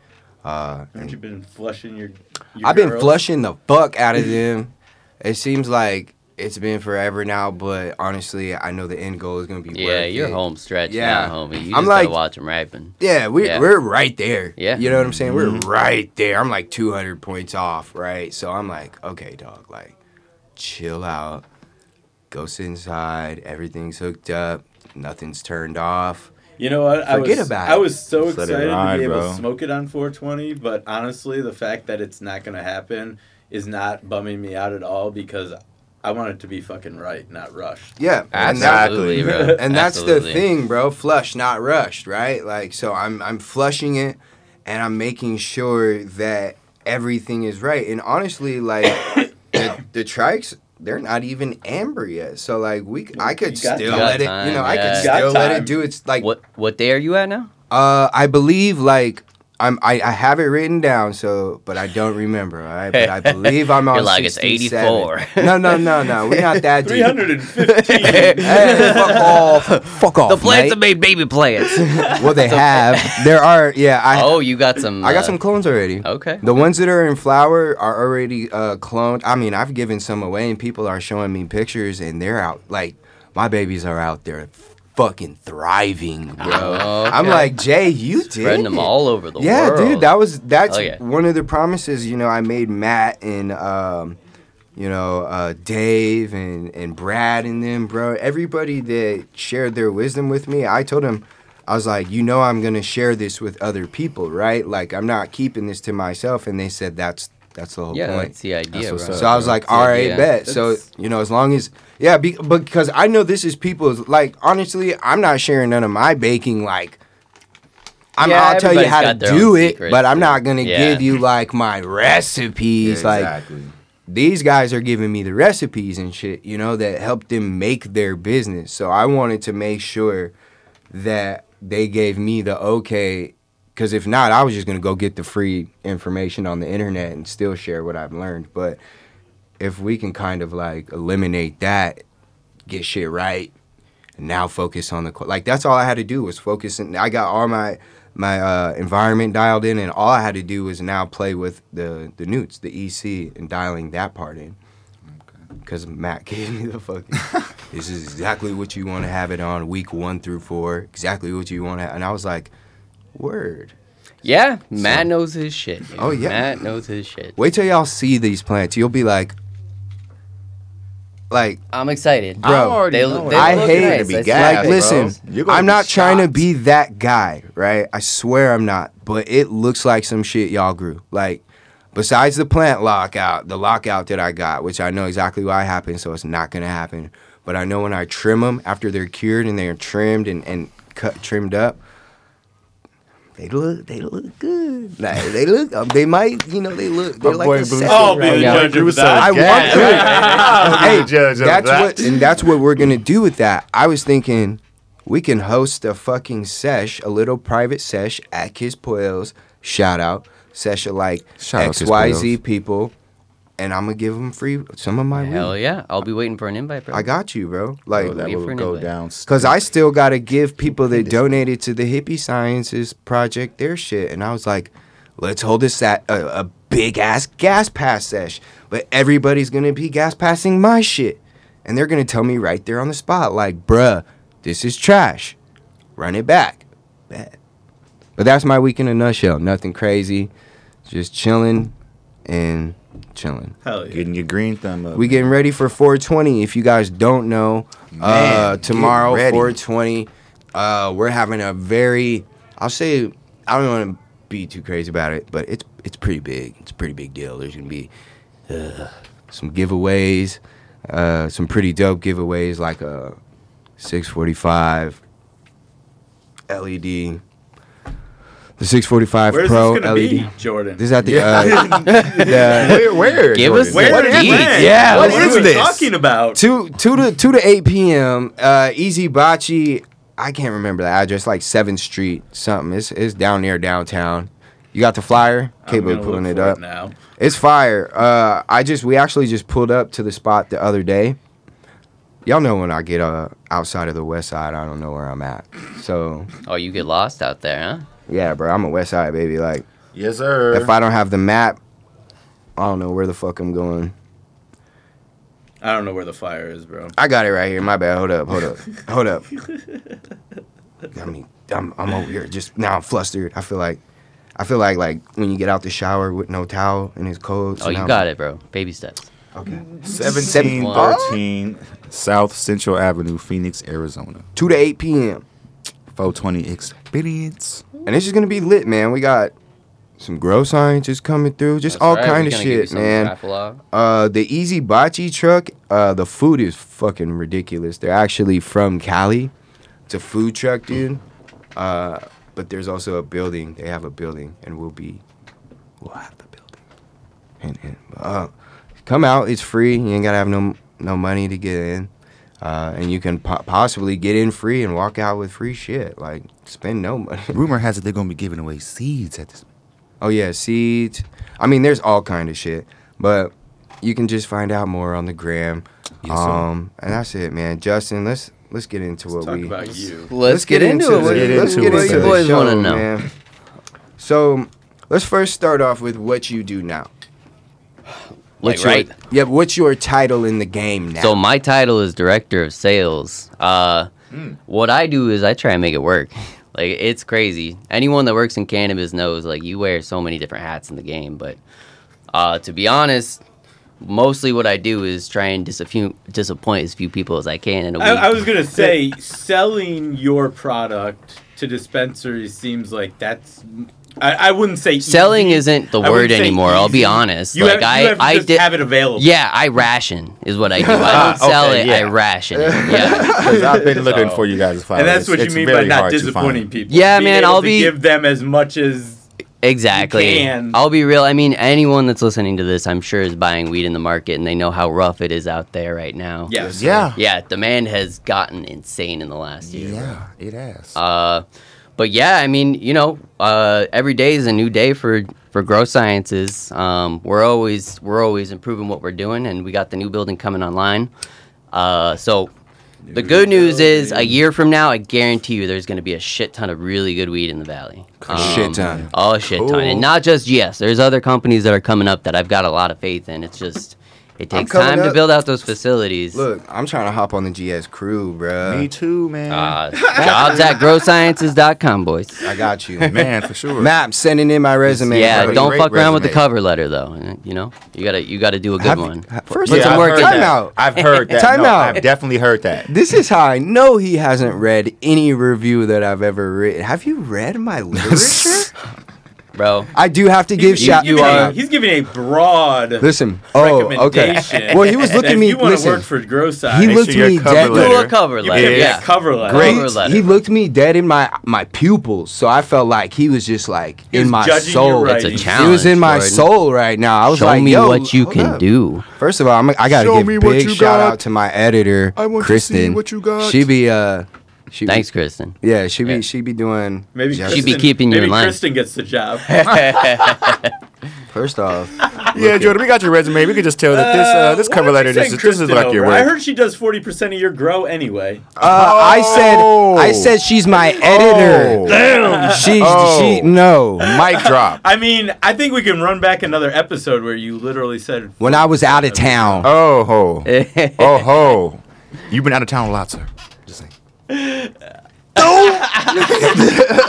C: Uh,
E: Haven't
C: and
E: you been flushing your? your
C: I've been
E: girls?
C: flushing the fuck out of them. It seems like it's been forever now, but honestly, I know the end goal is gonna be.
D: Yeah,
C: worth
D: you're
C: it.
D: home stretch
C: Yeah.
D: now, homie. You
C: I'm
D: just
C: like-
D: gotta watch them ripen.
C: Yeah, we
D: Yeah.
C: we're right there.
D: Yeah.
C: you know what I'm saying. We're right there. I'm like 200 points off, right? So I'm like, okay, dog, like, chill out, go sit inside. Everything's hooked up. Nothing's turned off.
E: You know what? I
C: Forget
E: was,
C: about
E: I
C: it.
E: was so
F: Just let it
E: excited to
F: ride,
E: be able
F: bro.
E: to smoke it on 420, but honestly, the fact that it's not going to happen is not bumming me out at all because I want it to be fucking right, not rushed.
C: Yeah, and that-
D: Absolutely, bro.
C: and that's
D: Absolutely.
C: the thing, bro. Flush, not rushed, right? Like, so I'm I'm flushing it, and I'm making sure that everything is right. And honestly, like the, the trikes, they're not even amber yet. So like we, c- I could
E: You got
C: still
E: time.
C: let it, you know, I
D: You
C: could
D: got
C: still let
E: time.
C: it do its like.
D: What what day are you at now?
C: Uh, I believe like. I'm, I, I have it written down, so but I don't remember. All right, but I believe I'm on.
D: You're like, it's
C: 67.
D: 84.
C: No, no, no, no. We're not that deep.
E: 315.
C: Hey, fuck off! Fuck off!
D: The plants
C: mate.
D: have made baby plants.
C: Well, they have. There are. Yeah, I
D: oh, you got some.
C: I got
D: uh,
C: some clones already.
D: Okay.
C: The ones that are in flower are already uh, cloned. I mean, I've given some away, and people are showing me pictures, and they're out. Like my babies are out there, fucking thriving, bro.
D: Oh, Okay.
C: I'm like Jay, you did
D: spreading them
C: it."
D: all over the
C: yeah,
D: world.
C: dude, that was that's
D: Oh, yeah.
C: one of the promises. You know, I made Matt and um, you know uh, Dave and and Brad and them, bro. Everybody that shared their wisdom with me, I told them. I was like, you know, I'm gonna share this with other people, right? Like, I'm not keeping this to myself. And they said that's that's the whole
D: yeah,
C: point.
D: that's the idea,
F: what's
D: bro.
F: up.
C: So I was like,
D: That's the
C: all right,
D: idea.
C: bet. so
E: That's-
C: you know, as long as yeah, be, because I know this is people's. Like honestly, I'm not sharing none of my baking. Like I'm,
D: Yeah,
C: I'll tell you
D: everybody's
C: how
D: got
C: to
D: their own
C: do it,
D: secrets
C: but I'm
D: and-
C: not gonna
D: yeah.
C: give you like my recipes. Like
F: exactly.
C: these guys are giving me the recipes and shit, you know, that helped them make their business. So I wanted to make sure that they gave me the okay. Because if not, I was just going to go get the free information on the internet and still share what I've learned. But if we can kind of like eliminate that, get shit right, and now focus on the qu- like that's all I had to do was focus and I got all my my uh, environment dialed in and all I had to do was now play with the the newts the EC and dialing that part in because Matt gave me the fucking this is exactly what you want to have it on week one through four exactly what you want to and I was like word
D: Yeah, Matt knows his shit. dude.
C: Oh, yeah.
D: Matt knows his shit.
C: wait till y'all see these plants you'll be like like
D: I'm excited,
C: Bro, I'm
F: already
D: They,
F: knowing.
D: they
F: I
D: look
C: hate
D: nice.
F: to be
D: I see
F: gassed,
D: it,
C: like,
D: bro.
C: listen,
F: You're gonna
C: I'm
F: be
C: not trying to
F: shocked.
C: be that guy, right? I swear I'm not, but it looks like some shit y'all grew. Like, besides the plant lockout, the lockout that I got, which I know exactly why happened, so it's not gonna happen. But I know when I trim them after they're cured and they're trimmed and, and cut trimmed up, they look they look good. Like, they look um, they might you know they look they're
F: My
C: like
F: boy
C: a
F: Blue-
C: second
E: I'll be the
C: round.
E: judge of that.
C: I want to.
F: Hey,
C: Hey, that's what, and that's what we're gonna do with that. I was thinking, we can host a fucking sesh, a little private sesh at Kids Poils. Shout out, sesh of like
F: Shout out
C: X
F: Kids
C: Y Z
F: Poils.
C: people, and I'm gonna give them free some of my
D: Hell
C: weed.
D: yeah, I'll be waiting for an invite, bro.
C: I got you, bro. Like,
F: Oh, that
D: Wait for
F: will
D: an
F: go
D: invite.
F: down.
C: Cause I still gotta give people that donated to the Hippie Sciences Project their shit, and I was like, let's hold this at a, a big ass gas pass sesh, but everybody's gonna be gas passing my shit. And they're gonna tell me right there on the spot, like, bruh, this is trash. Run it back. Bet. But that's my week in a nutshell. Nothing crazy. Just chilling and chilling.
E: Hell yeah.
F: Getting your green thumb up.
C: We getting ready for 420. If you guys don't know, uh,
F: Man,
C: tomorrow
F: get ready.
C: 420, uh, we're having a very, I'll say, I don't want to be too crazy about it, but it's it's pretty big. It's a pretty big deal. There's gonna be uh, some giveaways, uh, some pretty dope giveaways like a 645 LED, the 645
E: Where's
C: Pro
E: this gonna
C: LED.
E: be, Jordan?
C: E This is at the uh, the-
F: where? where
D: Give us
F: Jordan?
D: the- What
E: Where is
D: is
E: it?
D: this?
C: Yeah,
E: what
C: what
E: is
C: is
E: we
C: this?
E: talking about?
C: two two to two to eight p.m. Uh, Easy Bocce. I can't remember the address, like Seventh Street, something. It's it's down near downtown. You got the flyer?
E: I'm
C: Cable
E: gonna
C: pulling
E: look
C: it
E: for
C: up.
E: now.
C: It's fire. Uh, I just we actually just pulled up to the spot the other day. Y'all know when I get uh, outside of the West Side, I don't know where I'm at. So
D: Oh, you get lost out there, huh?
C: yeah, bro, I'm a West Side baby. Like
F: Yes, sir.
C: if I don't have the map, I don't know where the fuck I'm going.
E: I don't know where the fire is, bro.
C: I got it right here. My bad. Hold up. Hold up. Hold up. I mean, I'm I'm over here. Just now, I'm flustered. I feel like, I feel like like when you get out the shower with no towel and it's cold.
D: Oh, you got it, bro. Baby steps.
C: Okay.
F: 1713 South Central Avenue, Phoenix, Arizona.
C: Two to eight p.m.
F: 420 experience.
C: and it's just gonna be lit, man. We got some grow scientists coming through. Just
D: That's
C: all
D: right,
C: kind
D: we
C: of
D: gonna give you
C: shit,
D: something to
C: man.
D: raffle off.
C: Uh, the Easy Bocce truck. Uh, the food is fucking ridiculous. They're actually from Cali. It's a food truck, dude. Uh, but there's also a building. They have a building, and we'll be, we'll have the building. And, and uh, come out. It's free. You ain't gotta have no no money to get in. Uh, and you can po- possibly get in free and walk out with free shit. Like spend no money.
F: Rumor has it they're going to be giving away seeds at this.
C: Oh yeah, seeds. I mean, there's all kind of shit, but you can just find out more on the gram.
F: Yes, sir.
C: um, and that's it, man. Justin, let's let's get into what
E: Talk
C: we
E: about you.
D: Let's, get, into, it.
C: Let's
F: Get
C: let's
F: into
C: get
F: it.
C: into
F: What
C: the
F: you
D: boys
C: show,
D: wanna know?
C: man. So, let's first start off with what you do now.
D: Like,
C: What's your-
D: right?
C: Yep. What's your title in the game now?
D: So my title is director of sales. Uh, What I do is I try and make it work. Like it's crazy. Anyone that works in cannabis knows like you wear so many different hats in the game. But uh, to be honest, mostly what I do is try and disappoint disappoint as few people as I can in a week.
E: I, I was gonna say selling your product to dispensaries seems like that's. I, I wouldn't say
D: Selling
E: easy.
D: isn't the
E: I
D: word
E: wouldn't say
D: anymore. I'll be
E: easy.
D: honest.
E: You
D: like
E: have,
D: I,
E: you have to
D: I
E: just Ah,
D: did.
E: have it available.
D: Yeah, I ration is what I do. I don't sell
F: Okay,
D: it. I
F: yeah.
D: ration it. Yeah.
F: Because I've been looking
E: So-
F: for you guys.
E: and that's what you mean by not disappointing people.
D: Yeah,
E: Being
D: man,
E: able
D: I'll
E: to
D: be-
E: give them as much as
D: Exactly.
E: You can.
D: I'll be real. I mean, anyone that's listening to this, I'm sure, is buying weed in the market, and they know how rough it is out there right now.
E: yes,
F: Yeah.
D: Yeah, demand has gotten insane in the last year.
F: Yeah, it has.
D: Uh, but yeah, I mean, you know, uh, every day is a new day for for grow sciences. Um, we're always we're always improving what we're doing, and we got the new building coming online. Uh, so the good news is, a year from now, I guarantee you, there's going to be a shit ton of really good weed in the valley.
C: Shit ton.
D: Oh a shit ton,
F: Cool.
D: and not just yes. There's other companies that are coming up that I've got a lot of faith in. It's just it
C: I'm
D: takes
C: coming
D: time to
C: up.
D: build out those facilities.
C: Look, I'm trying to hop on the GS crew, bruh.
F: Me too, man.
D: Uh, jobs at growsciences.com, boys.
C: I got you.
F: man, for sure.
C: Matt, I'm sending in my resume.
D: yeah,
F: have a
D: don't
F: great
D: fuck around with the
F: resume.
D: cover letter though. eh, You know, you gotta you gotta do a good
C: Have-
D: one.
C: ha- first
D: Put
C: of
D: some
C: all,
F: I've
D: work
F: heard
D: in
C: time
D: there.
C: out.
F: I've heard that.
C: Time
F: No,
C: out.
F: I've definitely heard that.
C: This is how I know he hasn't read any review that I've ever written. Have you read my literature?
D: bro.
C: I do have to give
E: He's
C: shout.
E: giving
D: you
E: a-
D: are-
E: he's giving a broad
C: listen. Oh, okay.
E: recommendation.
C: Well, he was looking
E: that
C: me.
E: If you want to
C: listen,
E: work for Grow Side,
C: he
E: you
C: looked
F: sure your
C: me
F: cover
C: dead.
D: Do a
F: letter.
D: cover
E: give
D: letter.
E: me
D: Yeah,
E: a cover letter.
D: Great.
C: He,
D: Cover letter.
C: he looked me dead in my my pupils, so I felt like he was just like
E: He was
C: in my
E: judging your
C: soul.
E: writing. It's a
C: He was in
D: challenge,
C: my
D: Jordan.
C: soul right now. I was
D: Show
C: like,
D: me
C: Yo,
D: what you
C: hold
D: can
C: up."
D: do.
C: First of all, I'm, I gotta
F: Show me
C: give
F: what
C: big
F: you
C: shout
F: got.
C: out to my editor,
F: I want to see
C: Kristen.
F: what you got.
C: She be uh, she be-
D: Thanks, Kristen.
C: Yeah, she be
D: Yeah.
C: she be doing.
E: Maybe
C: Yeah.
D: She'd be
E: Kristen-
D: keeping you
E: maybe
D: in line.
E: Kristen gets the job.
C: First off,
F: yeah, Jordan, we got your resume. We could just tell that this uh, this
E: Why
F: cover
E: aren't
F: letter
E: you
F: this
E: saying
F: is this is
E: Kristen
F: like your
E: over? I
F: work.
E: heard she does forty percent of your grow anyway.
C: Uh, I said I
F: Oh.
C: said she's my editor. Damn. She's
F: Oh.
C: she no.
F: Mic drop.
E: I mean, I think we can run back another episode where you literally said
C: When I was out of town.
F: Oh ho. oh ho. You've been out of town a lot, sir. Just saying.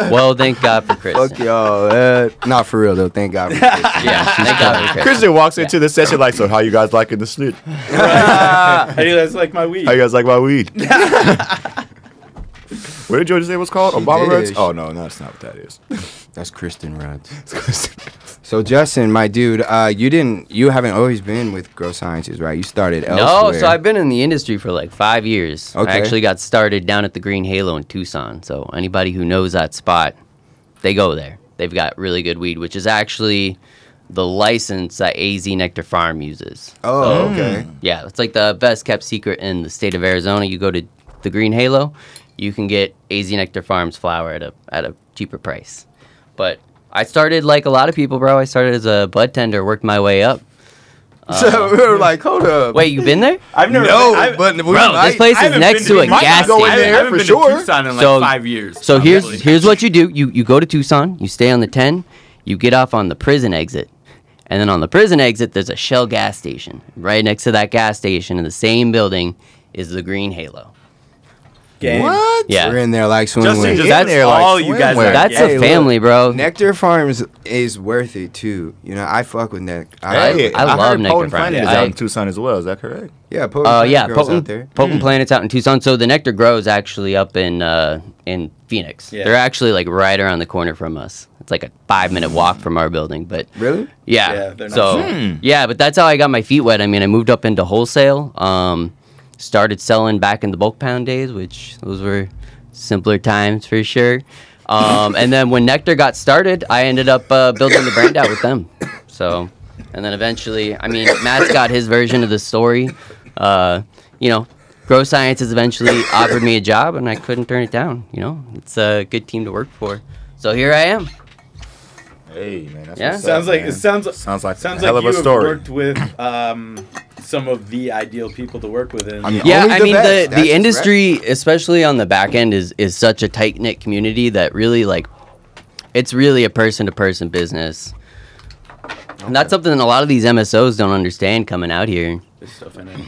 D: well, thank God for Kristen.
C: Fuck y'all. Uh, not for real though. Thank God. For this.
D: Yeah, thank God for Kristen.
F: Christian walks into the session like, so how you guys liking the snitch? How
E: I do that's like my weed.
F: you guys like my weed? what did Jordan say it was called? Obama
C: did.
F: Reds? Oh no, no, that's not what that is.
C: That's Kristen Rudd. So Justin, my dude, uh, you didn't, you haven't always been with Grow Sciences, right? You started
D: No,
C: elsewhere.
D: so I've been in the industry for like five years.
C: Okay.
D: I actually got started down at the Green Halo in Tucson. So anybody who knows that spot, they go there. They've got really good weed, which is actually the license that AZ Nectar Farm uses.
C: Oh,
D: Mm.
C: okay.
D: Yeah, it's like the best kept secret in the state of Arizona. You go to the Green Halo, you can get AZ Nectar Farms flower at a at a cheaper price. But I started like a lot of people, bro. I started as a bud tender, worked my way up.
C: so we were like, hold up.
D: Uh, Wait, you been there?
E: I've never.
C: no,
E: been, I've,
C: but we
D: Bro,
C: might-
D: this place is
E: I haven't
D: next
E: been
D: to a
E: you might
D: gas
E: go in
D: station.
E: there, I haven't
F: for
E: been
F: sure.
E: To Tucson in like
D: So-
E: five years.
D: So here's
E: probably.
D: here's what you do. You you go to Tucson, you stay on the 10, you get off on the prison exit. And then on the prison exit, there's a Shell gas station. Right next to that gas station in the same building is the Green Halo.
E: Game.
F: What?
D: Yeah.
C: We're in there like swimming.
E: Justin, just
D: That's
E: that's all you guys
F: swimwear.
E: are.
D: That's
E: Yeah.
C: Hey,
D: a
C: look,
D: family, bro.
C: Nectar Farms is worth it too. You know, I fuck with Nectar.
F: Hey,
D: I
F: I,
D: love
F: heard
D: Naked
F: Potent
D: Friday.
F: Planet is out
D: I-
F: in Tucson as well. Is that correct?
C: yeah, Potent
D: Uh,
C: Planet
D: yeah,
C: girls
D: potent,
C: out there.
D: potent planets out in Tucson. So the nectar grows actually up in uh, in Phoenix.
E: Yeah.
D: They're actually like right around the corner from us. It's like a five minute walk from our building, but
C: Really?
D: yeah.
E: Yeah, they're not-
D: so yeah, but that's how I got my feet wet. I mean, I moved up into wholesale. Um, started selling back in the bulk pound days, which those were simpler times for sure. Um, and then when Nectar got started, I ended up uh, building the brand out with them. So, and then eventually, I mean, Matt's got his version of the story. Uh, you know, Grow Sciences eventually offered me a job, and I couldn't turn it down. You know, it's a good team to work for. So here I am.
F: Hey man, that's
D: Yeah.
F: what's
E: Sounds
F: up,
E: like
F: man.
E: it sounds
F: Sounds like
E: sounds
F: a hell
E: like
F: of a
E: you
F: story.
E: have worked with um, some of the ideal people to work with. In,
C: I mean,
D: Yeah,
C: Only
D: I
C: the
D: mean
C: best.
D: the,
C: That's
D: the
C: correct.
D: industry, especially on the back end, is is such a tight knit community that really like it's really a person to person business. And that's something that a lot of these MSOs don't understand coming out here.
E: there's stuff in it.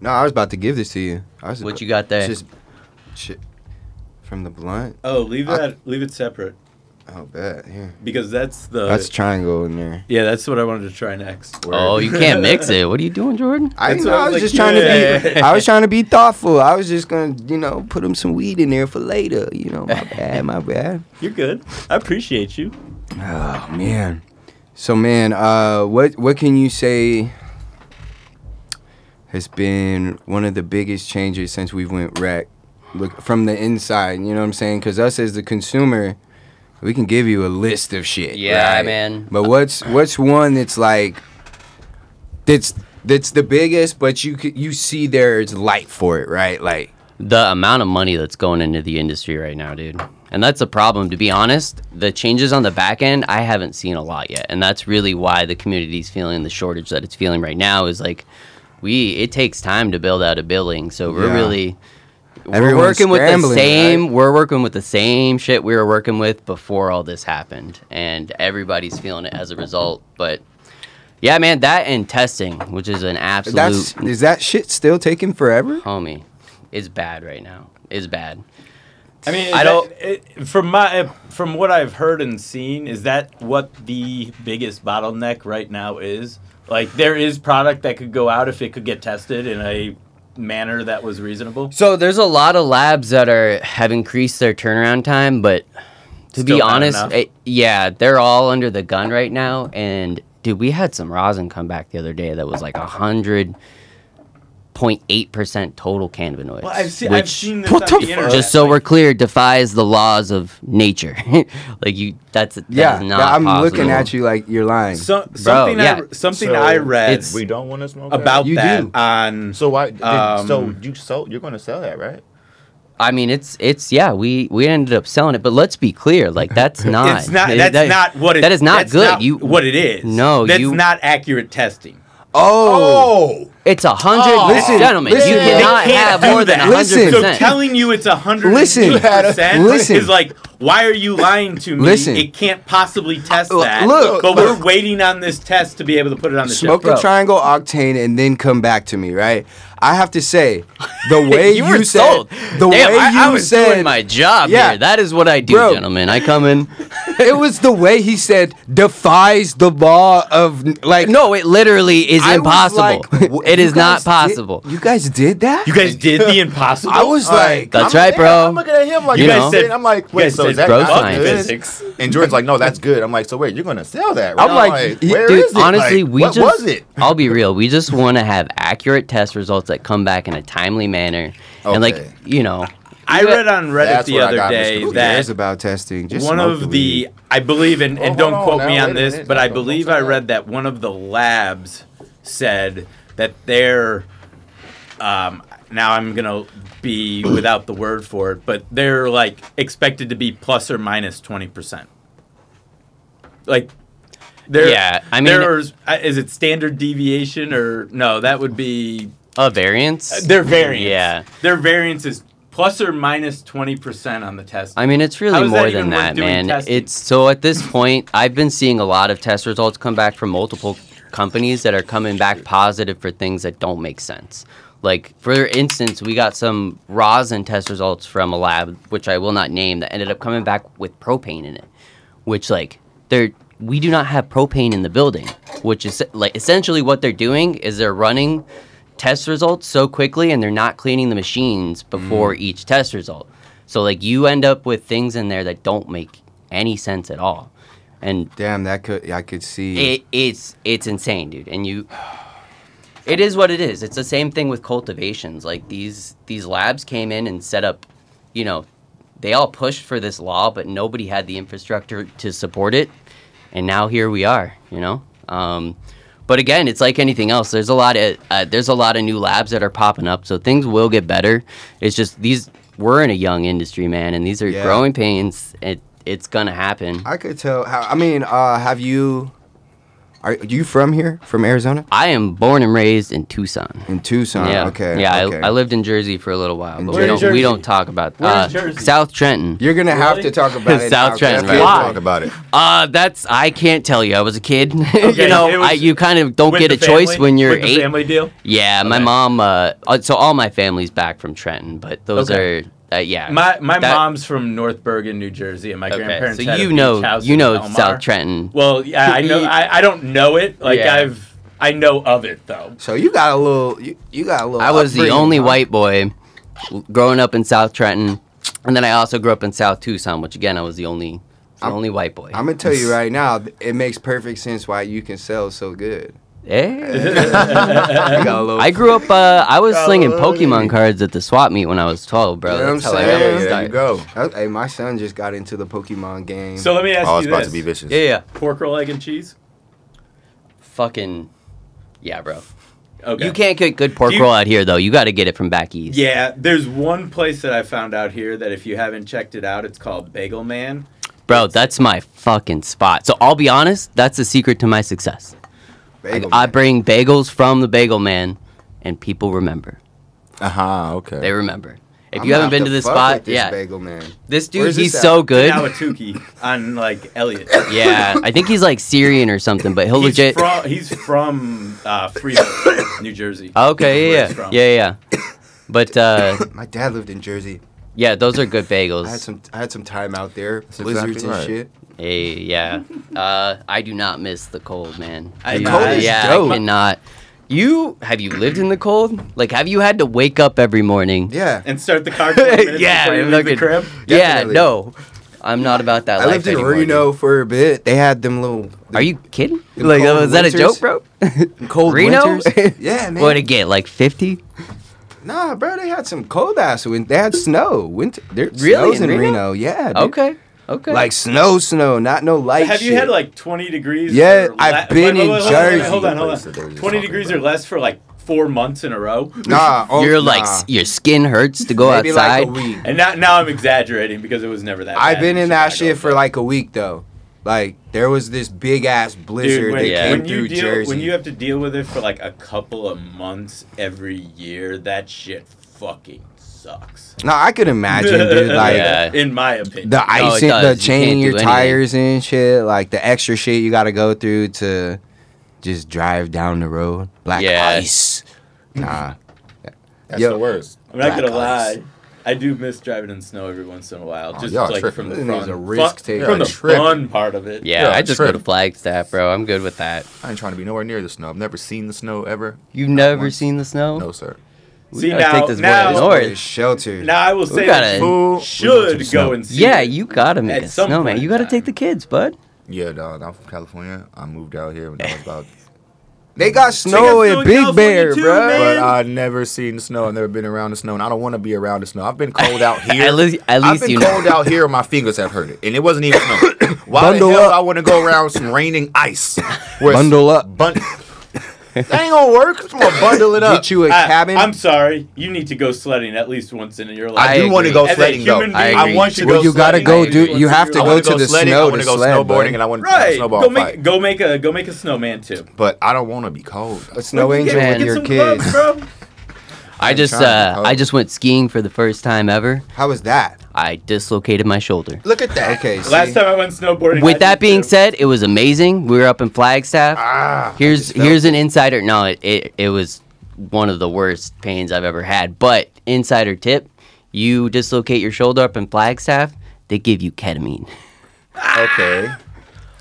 C: No, I was about to give this to you. I was
D: What you got there?
C: Just shit from the blunt.
E: Oh, leave
C: I-
E: that leave it separate
C: Oh, bet. Here.
E: because that's the
C: That's triangle in there.
E: yeah that's what I wanted to try next.
D: Oh, you can't mix it. What are you doing, Jordan?
C: I,
E: That's
C: know, I
E: what I
C: was
E: was
C: just
E: like,
C: trying to be.
E: yeah.
C: I was trying to be thoughtful. I was just gonna, you know, put him some weed in there for later. You know, my bad, my bad.
E: You're good. I appreciate you.
C: Oh man. So man, uh, what what can you say has been one of the biggest changes since we went rec? Look from the inside, you know what I'm saying? Because us as the consumer, we can give you a list of shit.
D: Yeah,
C: right?
D: man.
C: But what's what's one that's like that's that's the biggest, but you c- you see there's light for it, right? Like
D: the amount of money that's going into the industry right now, dude. And that's a problem. To be honest, the changes on the back end, I haven't seen a lot yet. And that's really why the community's feeling the shortage that it's feeling right now is like, we, it takes time to build out a building. So we're
C: Yeah.
D: really, we're
C: Everyone's
D: working with the
C: scrambling,
D: same,
C: right?
D: we're working with the same shit we were working with before all this happened. And everybody's feeling it as a result. But yeah, man, that and testing, which is an absolute
C: that's is that shit still taking forever?
D: homie, is bad right now. Is bad.
E: I mean, is
D: I
E: that-
D: don't-
E: it- from my eh, from what I've heard and seen, is that what the biggest bottleneck right now is? Like, there is product that could go out if it could get tested in a manner that was reasonable.
D: So there's a lot of labs that are have increased their turnaround time, but to
E: Still
D: be
E: not
D: honest,
E: enough.
D: eh, yeah, they're all under the gun right now. And dude, we had some rosin come back the other day that was like a hundred point eight percent total cannabinoids.
E: Well, I've, se- I've
D: which-
E: seen this on the internet.
D: Just so we're clear, defies the laws of nature. like you, that's that is
C: Yeah,
D: not
C: I'm looking
D: possible.
C: at you like you're lying.
E: So, something
D: yeah.
E: I, something I read
D: it's-
F: we don't want to smoke that?
E: about
C: You
E: that
C: do.
E: on
F: So why? did-
E: Um,
F: so you sold? You're going to sell that, right?
D: I mean, it's it's yeah. We we ended up selling it, but let's be clear. Like that's not.
E: It's not.
D: it-
E: That's
D: that-
E: not what. It,
D: that is not
E: that's
D: good. you
E: what it is.
D: No,
E: that's
D: you-
E: not accurate testing.
C: Oh,
G: Oh,
D: It's a hundred.
G: Oh.
C: Listen,
D: gentlemen,
C: listen,
D: you
C: man.
D: cannot
E: They can't
D: have
E: do
D: more than
E: that.
D: a hundred
E: So
C: Listen.
D: percent.
E: telling you it's a hundred
C: Listen.
E: percent
C: Listen.
E: is like, why are you lying to me?
C: Listen.
E: it can't possibly test
C: Look,
E: that.
C: look.
E: but we're waiting on this test to be able to put it on the
C: smoke
E: shelf.
D: Bro.
C: a triangle octane and then come back to me, right? I have to say, the way you, said, the
D: Damn,
C: way
D: I,
C: you
D: I was
C: said,
D: doing my job
C: Yeah.
D: here. That is what I do,
C: Bro.
D: gentlemen. I come in.
C: it was the way he said defies the law of like.
D: No, it literally is
C: I was
D: impossible.
C: like, w-
D: it
C: you
D: is not
C: guys did-
D: possible.
C: you guys did that.
E: You guys did the impossible.
F: I was
C: All
F: like,
C: right.
D: That's
F: I'm-
D: right,
F: yeah,
D: bro.
F: I'm looking at him like,
D: You
F: you
D: know.
F: guys said, I'm like,
E: You
F: wait,
E: guys
F: so
E: said
F: is that
D: bro
F: not
D: science.
F: good?
E: Physics.
F: And Jordan's like, no, that's good. I'm like, so wait, you're gonna sell that? Right?
C: I'm like, he-
F: where is
D: Dude,
F: it?
D: honestly,
F: Like,
D: we
F: what
D: just
F: was it?
D: I'll be real. We just want to have accurate test results that come back in a timely manner. And like,
F: Okay.
D: you know,
E: I read on Reddit
F: That's
E: the
F: where I
E: other
F: got
E: day
F: misconstrued.
E: that
C: cares about testing? Just
E: one
C: smoke the
E: of
C: weed.
E: the, I believe, and, and
F: hold
E: don't
F: on
E: quote me
F: now,
E: on
F: wait a
E: this,
F: minute.
E: but I
F: Don't- don't
E: believe
F: say
E: I
F: that.
E: read that one of the labs said that their, um, now I'm gonna be without the word for it, but they're like expected to be plus or minus twenty percent. Like, there,
D: Yeah, I mean-
E: there's uh, is it standard deviation or no? That would be
D: a variance.
E: their variance.
D: Yeah.
E: Their variance is plus or minus 20% on the test.
D: I mean, it's
E: How
D: really
E: is that
D: more than
E: even worth
D: that,
E: doing
D: man.
E: testing?
D: It's so at this point, I've been seeing a lot of test results come back from multiple companies that are coming back positive for things that don't make sense. Like, for instance, we got some rosin test results from a lab, which I will not name, that ended up coming back with propane in it, which, like, they're. We do not have propane in the building, which is like essentially what they're doing is they're running test results so quickly and they're not cleaning the machines before each test result. So like you end up with things in there that don't make any sense at all. And
C: Damn, that could I could see.
D: it, it's it's insane, dude. And you it is what it is. It's the same thing with cultivations. Like these these labs came in and set up, you know, they all pushed for this law, but nobody had the infrastructure to support it. And now here we are, you know. Um, but again, it's like anything else. There's a lot of uh, there's a lot of new labs that are popping up, so things will get better. It's just these we're in a young industry, man, and these are
C: Yeah.
D: growing pains. It it's gonna happen.
C: I could tell. How, I mean, uh, have you? Are you from here? From Arizona?
D: I am born and raised in Tucson.
C: In Tucson?
D: yeah.
C: Uh, Okay.
D: Yeah.
C: okay.
D: I, I lived in Jersey for a little while, but
C: Where
D: we
C: in
D: don't
E: Jersey?
D: we don't talk about
E: Where in
D: uh,
E: Jersey?
D: South Trenton.
C: You're gonna have to
E: Really?
C: talk about it.
D: South
C: now,
D: Trenton,
C: Jeff.
D: right?
F: Let's
D: Why?
F: talk about it.
D: Uh, that's I can't tell you. I was a kid.
E: Okay,
D: you know,
E: it was
D: I, you kind of don't
E: With
D: get
E: the
D: a choice
E: family-
D: when you're
E: with the
D: eight.
E: family deal.
D: Yeah, my
E: Okay.
D: mom. Uh, uh, so all my family's back from Trenton, but those
E: Okay.
D: are uh, yeah.
E: My my
D: That-
E: mom's from North Bergen, New Jersey, and my
D: Okay,
E: grandparents.
D: so
E: had a
D: you
E: beach
D: know
E: house
D: you
E: in
D: know
E: Elmar.
D: South Trenton.
E: Well, yeah, I know. I, I don't know it. Like
D: Yeah.
E: I've I know of it though.
C: So you got a little. You, you got a little.
D: I was the
C: upbringing,
D: only
C: huh?
D: white boy growing up in South Trenton, and then I also grew up in South Tucson, which again I was the only the only white boy.
C: I'm gonna tell you right now. It makes perfect sense why you can sell so good.
D: Eh.
C: I got a little.
D: I grew up. Uh, I was slinging
F: Golly.
D: Pokemon cards at the swap meet when I was 12, bro.
C: You know what
D: That's
C: I'm
D: how I
C: saying?
D: got my
F: Yeah, there you
D: start.
F: go.
C: I- hey, my son just got into the Pokemon game.
E: So let me ask
F: Oh,
E: you
F: it's about
E: this:
F: to be vicious.
D: Yeah, yeah.
E: pork roll, egg, and cheese.
D: Fucking, yeah, bro.
E: Okay.
D: You can't get good pork
E: Do you-
D: roll out here though. You got to get it from back east.
E: Yeah, there's one place that I found out here that if you haven't checked it out, it's called Bagel Man.
D: bro. That's my fucking spot. So I'll be honest. That's the secret to my success. Like,
C: Bagel
D: I
C: man.
D: bring bagels from the Bagel Man, and people remember.
F: Aha.
D: They
F: Uh-huh, Okay.
D: remember. If
C: I'm
D: you haven't
C: gonna have
D: been to
C: to
D: this
C: fuck
D: spot,
C: with this
D: yeah,
C: Bagel man.
D: this dude,
C: Where's
D: he's
C: this
D: so
C: at?
D: good.
E: Nawatuki on like Elliot.
D: yeah, I think he's like Syrian or something, but he'll
E: He's
D: legit.
E: from, he's from uh, Freeport, New Jersey.
D: Okay, yeah,
E: That's
D: yeah,
E: where he's
D: yeah, yeah. But uh,
C: My dad lived in Jersey.
D: yeah, those are good bagels.
C: I had some. I had some time out there.
F: exactly
C: blizzards and
F: right.
C: shit.
D: Hey, yeah. Uh, I do not miss the cold, man.
E: I-
D: You-
E: cold is
D: yeah,
C: dope.
D: I cannot. You have you lived in the cold? Like, have you had to wake up every morning?
C: Yeah.
E: and start the car 20 minutes
D: Yeah,
E: before you
D: I'm
E: leave the
D: looking-
E: crib.
D: Yeah,
C: Definitely.
D: no. I'm not about that.
C: I
D: life
C: lived in
D: anymore, dude.
C: Reno for a bit. They had them little.
D: Are you kidding?
C: The
D: Like,
C: cold
D: was that a
C: winters?
D: joke, bro?
C: cold
D: Reno?
C: winters? yeah, man.
D: What to get like 50?
C: Nah, bro, they had some cold ass wind. They had snow. Winter. There,
D: Really?
C: Snows
D: In
C: in Reno?
D: Reno?
C: Yeah. dude.
D: Okay, okay.
C: Like snow, snow, not no light.
E: Have you
C: shit.
E: had like 20 degrees?
C: Yeah,
E: or
C: I've been in
E: hold on,
C: Jersey.
E: Hold on, hold
F: Places
E: on.
F: that they were just
E: 20
F: talking
E: degrees
F: about.
E: or less for like four months in a row.
C: Nah, oh,
D: You're like
C: nah.
D: s- your skin hurts to go
C: Maybe
D: outside.
C: like a week.
E: And now, now I'm exaggerating because it was never that.
C: I've
E: bad
C: been in that
E: Chicago,
C: shit for
E: but-
C: like a week though. Like there was this big ass blizzard
E: Dude, when,
C: that
D: Yeah.
C: came
E: when
C: through
E: you deal,
C: Jersey.
E: when you have to deal with it for like a couple of months every year, that shit fucking sucks.
C: no, I could imagine, dude. Like
D: Yeah. Oh,
E: in my opinion,
C: the ice, in, the
D: does. You
C: chain in
D: can't
C: your
D: do anything.
C: tires and shit, like the extra shit you got to go through to just drive down the road. Black
D: Yeah.
C: ice. Nah.
F: That's
C: Yo.
F: the worst.
E: I'm not gonna
F: Black ice.
E: lie. I do miss driving in snow every once in a
C: Oh,
E: while, just
F: y'all
E: like
F: tripping.
E: from the
C: This
E: fun,
C: nigga's a risk
E: fun-
C: taker.
E: from the
F: Y'all tripping.
E: fun part of it.
D: yeah,
F: Yeah,
D: I just go
F: true.
D: to Flagstaff, bro. I'm good with that.
F: I ain't trying to be nowhere near the snow. I've never seen the snow ever.
D: You've never
F: once.
D: seen the snow?
F: No, sir.
D: We
E: See
D: gotta
E: now,
D: take this
E: now,
D: one up north.
C: It's sheltered.
E: now I will say
D: gotta-
E: that you
F: Fool. We going to the
E: should go
F: snow.
E: and see.
D: Yeah,
E: it.
D: you gotta make
E: At
D: a
E: some point
D: snowman.
E: in
D: You gotta
E: time.
D: take the kids, bud.
F: Yeah, dog. I'm from California. I moved out here when I was about.
C: They got snow
E: snow
C: in
E: in
C: Big
E: California
C: Bear,
E: too,
C: bro.
E: man.
F: But I've never seen the snow. I've never been around the snow, and I don't want to be around the snow. I've been cold out here.
D: At least, at
F: I've
D: least
F: been
D: you
F: cold
D: know.
F: out here. My fingers have hurt it, and it wasn't even snow. Why
C: Bundle
F: the hell
C: up.
F: I want to go around some raining ice? Where it's
C: Bundle up.
F: Bun- that ain't gonna work. I'm gonna bundle it up.
C: Get you a
E: I,
C: cabin.
E: I'm sorry. You need to go sledding at least once in your life.
F: I, do
D: I
F: want to go
E: As a
F: sledding though.
E: human
F: I,
E: being,
D: you
F: want you to
C: well,
F: go.
C: you gotta
F: sledding.
C: go
E: Like,
C: do. You
E: once
C: have
E: you-
C: to
F: I
C: go
F: wanna
C: to the
F: sledding, I
C: snow
F: wanna
C: to
F: go
C: sled,
F: snowboarding,
C: bud.
F: and I want to
E: Right.
F: snowball
E: Go make
F: fight.
E: go make a go make a snowman too.
F: But I don't want to be cold.
C: A snow
E: Like,
C: angel
D: get-
C: with
D: get
C: your
E: some gloves,
C: kids.
E: bro.
D: I just,
F: trying to
D: uh,
F: help.
D: I just went skiing for the first time ever.
C: How was that?
D: I dislocated my shoulder.
F: Look at that.
C: Okay, see,
E: Last time I went snowboarding. I
D: With that
E: did
D: being
E: too.
D: said, it was amazing. We were up in Flagstaff.
F: Ah,
D: here's here's an insider. No, it, it it was one of the worst pains I've ever had. But insider tip: you dislocate your shoulder up in Flagstaff, they give you ketamine.
F: Okay.